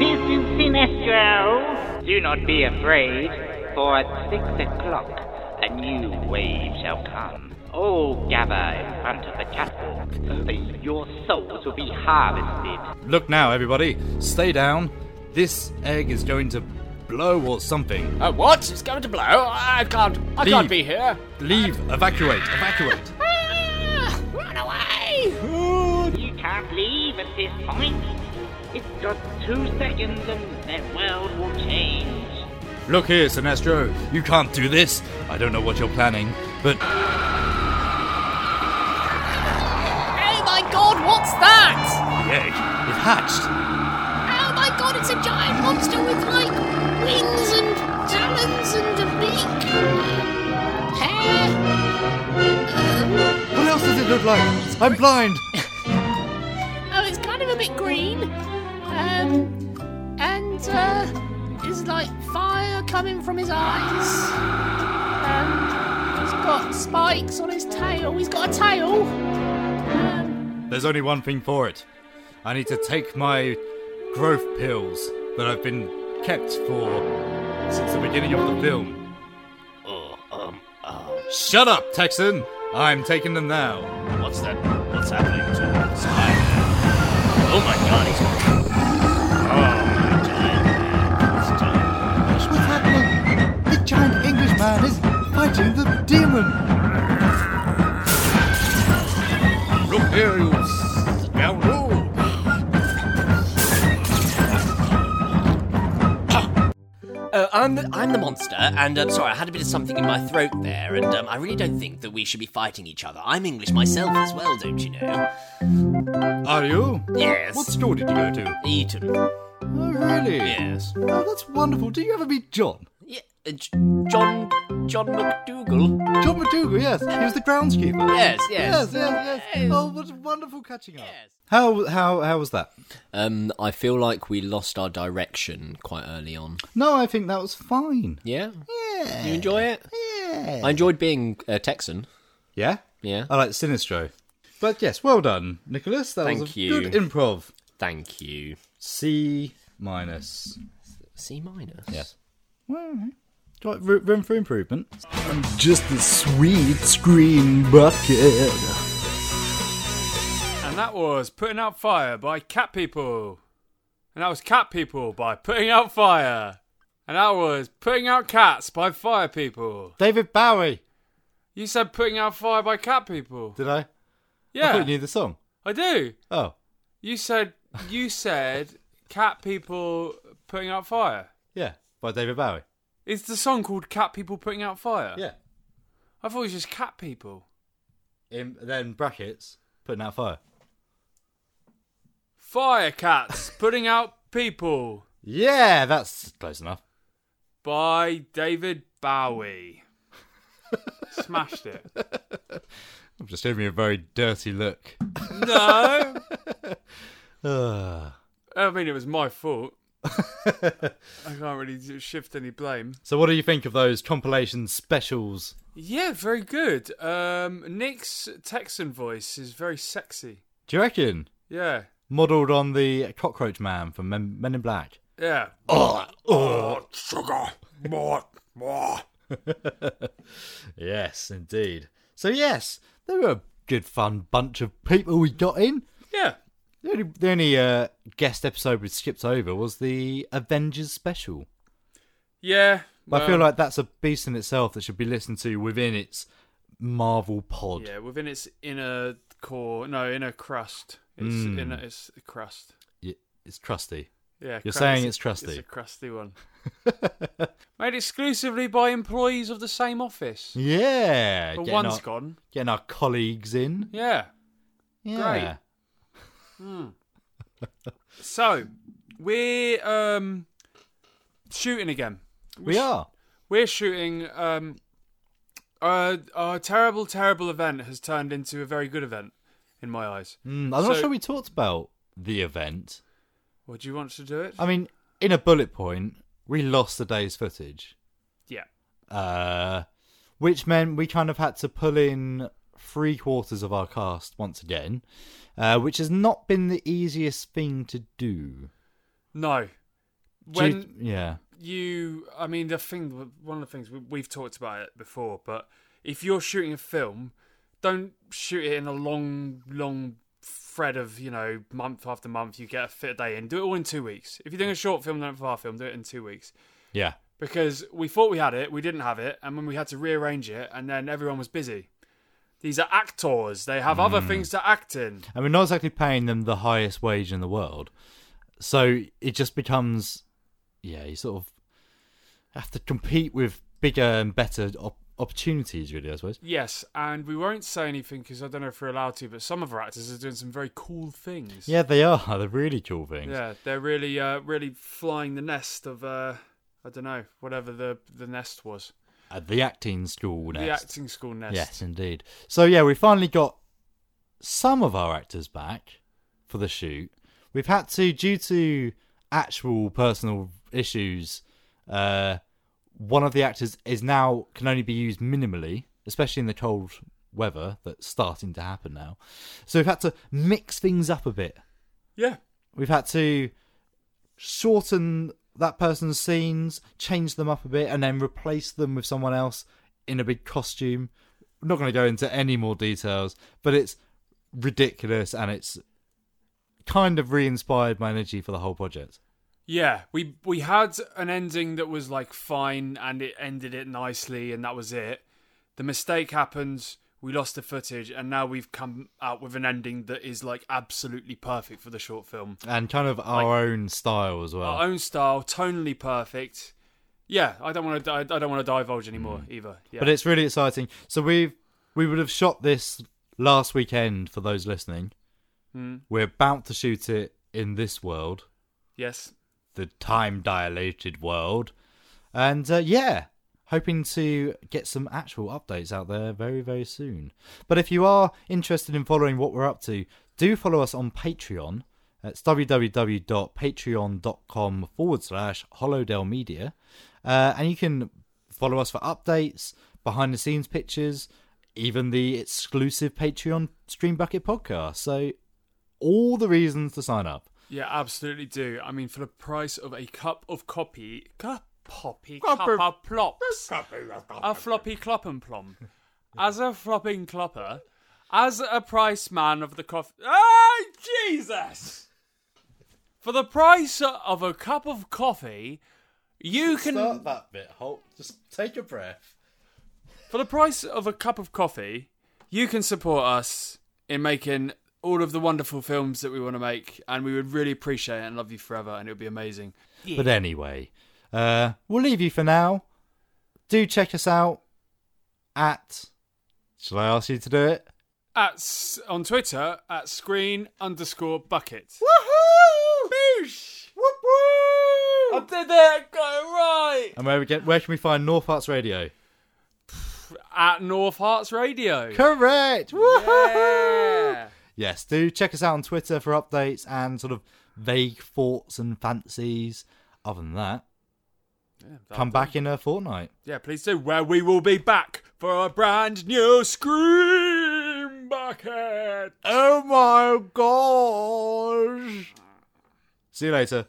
Sinestro! Do not be afraid, for at six o'clock a new wave shall come. All gather in front of the catwalk, for your souls will be harvested.
Look now, everybody. Stay down. This egg is going to blow or something.
Uh, what? It's going to blow? I can't. I
Leave.
can't be here.
Leave. Evacuate. Evacuate.
Run away! You can't leave at this point. It's got two seconds and the world will change.
Look here, Sinestro. You can't do this. I don't know what you're planning, but
Oh my god, what's that?
the egg is hatched.
Oh my god, it's a giant monster with like wings and talons and a beak. Hair.
What else does it look like? I'm blind.
Oh, it's kind of a bit green. Um, and uh, there's like fire coming from his eyes. Um, he's got spikes on his tail. He's got a tail.
There's only one thing for it. I need to take my growth pills that I've been kept for since the beginning of the film.
Oh, um,
Shut up, Texan! I'm taking them now.
What's that? What's happening to this guy? Oh my god, he's. Oh my god. It's time.
What's happening? The giant Englishman is fighting the demon!
Look here, you scoundrel!
Uh, I'm the I'm the monster, and um, sorry, I had a bit of something in my throat there, and um, I really don't think that we should be fighting each other. I'm English myself as well, don't you know?
Are you?
Yes.
What store did you go to?
Eton.
Oh, really?
Yes.
Oh, that's wonderful. Do you ever meet John?
Yeah, uh, J- John John McDougal.
John McDougal, yes. He was the groundskeeper.
Yes,
Yes,
yes.
yes, yes. Oh, what a wonderful catching up.
How how how was that? Um, I feel like we lost our direction quite early on.
No, I think that was fine.
Yeah.
Yeah.
You enjoy it?
Yeah.
I enjoyed being a Texan.
Yeah?
Yeah.
I like Sinistro. But yes, well done, Nicholas. That was
Thank
a
you.
good improv.
Thank you.
C minus.
C minus.
Yes. Do I- ro- Room for improvement.
I'm just a sweet screen bucket.
And that was Putting Out Fire by Cat People. And that was Cat People by Putting Out Fire. And that was Putting Out Cats by Fire People.
David Bowie.
You said Putting Out Fire by Cat People.
Did I? I
Yeah.
thought you knew the song.
I do.
Oh.
You said you said Cat People Putting Out Fire.
Yeah, by David Bowie.
Is the song called Cat People Putting Out Fire?
Yeah.
I thought it was just Cat People.
In then brackets, putting out fire.
Fire Cats Putting Out People
Yeah, that's close enough.
by David Bowie. Smashed it.
I'm just giving me a very dirty look.
No.
Ah.
I mean, it was my fault. I can't really do- shift any blame.
so, what do you think of those compilation specials?
Yeah, very good. Um, Nick's Texan voice is very sexy.
Do you reckon?
Yeah.
Modelled on the Cockroach Man from Men, Men in Black.
Yeah.
Oh, oh,
sugar. More, more.
yes, indeed. So, yes, they were a good fun bunch of people we got in.
Yeah.
The only, the only uh, guest episode we skipped over was the Avengers special.
Yeah.
But I feel
well,
like that's a beast in itself that should be listened to within its Marvel pod.
Yeah, within its inner core. No, inner crust. It's
Mm.
inner. It's a crust.
Y- It's crusty.
Yeah.
You're
crust.
saying it's
It's
crusty.
a crusty one. Made exclusively by employees of the same office.
yeah.
But
getting
one's
our-
gone.
Getting our colleagues in.
Yeah.
Yeah.
Great. Hmm. so, we're um, shooting again.
We are.
We're shooting. Um, uh, our terrible, terrible event has turned into a very good event, in my eyes.
Mm, I'm not
So-
sure we talked about the event.
Would you want to do it?
I mean, in a bullet point, we lost the day's footage.
yeah.
Uh, which meant we kind of had to pull in three quarters of our cast once again, uh, which has not been the easiest thing to do.
No. when
yeah.
you i mean the thing one of the things we, we've talked about it before but if you're shooting a film don't shoot it in a long long thread of you know month after month you get a fit day in do it all in two weeks if you're doing a short film not a far film do it in two weeks
Yeah.
because we thought we had it we didn't have it and when we had to rearrange it and then everyone was busy these are actors they have other
Mm.
things to act in
And we're not exactly paying them the highest wage in the world. So it just becomes, yeah, you sort of have to compete with bigger and better op- opportunities, really, I suppose.
Yes, and we won't say anything because I don't know if we're allowed to, but some of our actors are doing some very cool things.
Yeah, they are. They're really cool things.
Yeah, they're really, uh, really flying the nest of, uh, I don't know, whatever the the nest was.
At the acting school nest.
The acting school nest.
Yes, indeed. So yeah, we finally got some of our actors back for the shoot. We've had to, due to actual personal issues, uh, one of the actors is now can only be used minimally, especially in the cold weather that's starting to happen now. So we've had to mix things up a bit.
Yeah.
We've had to shorten that person's scenes, change them up a bit, and then replace them with someone else in a big costume. I'm not going to go into any more details, but it's ridiculous and it's kind of re inspired my energy for the whole project.
Yeah, we we had an ending that was like fine, and it ended it nicely, and that was it. The mistake happened. We lost the footage, and now we've come out with an ending that is like absolutely perfect for the short film.
And kind of our own style as well.
our own style, tonally perfect. Yeah, I don't want to. I, I don't want to divulge anymore either.
Hmm.
Yeah.
But it's really exciting. So we've we would have shot this last weekend for those listening.
Hmm.
We're about to shoot it in this world.
yes,
the time dilated world. And uh, yeah, hoping to get some actual updates out there very, very soon. But if you are interested in following what we're up to, do follow us on Patreon. It's www.patreon.com forward slash Hollowdale Media. Uh, and you can follow us for updates, behind the scenes pictures, even the exclusive Patreon Stream Bucket podcast. So, all the reasons to sign up.
yeah, absolutely do. I mean, for the price of a cup of copy, cup poppy,
Cup
cup,
of-
of plops, a floppy clop and plom, as a flopping clopper, as a price man of the coffee. Ah, Jesus! For the price of a cup of coffee, you can
Start that bit. Hold, just take a breath.
For the price of a cup of coffee, you can support us in making all of the wonderful films that we want to make, and we would really appreciate it and love you forever, and it would be amazing.
But anyway, uh, we'll leave you for now. Do check us out at. Shall I ask you to do it?
At s- on Twitter at screen underscore bucket.
Woohoo! Boosh! Whoop woo! I
did it! Got it right!
And where we get, where can we find North Arts Radio?
At North Hearts Radio.
Correct.
Woohoo!
Yes, do check us out on Twitter for updates and sort of vague thoughts and fancies. Other than that, come back in a fortnight.
Yeah, please do. Where we will be back for a brand new Scream Bucket.
Oh my gosh! See you later.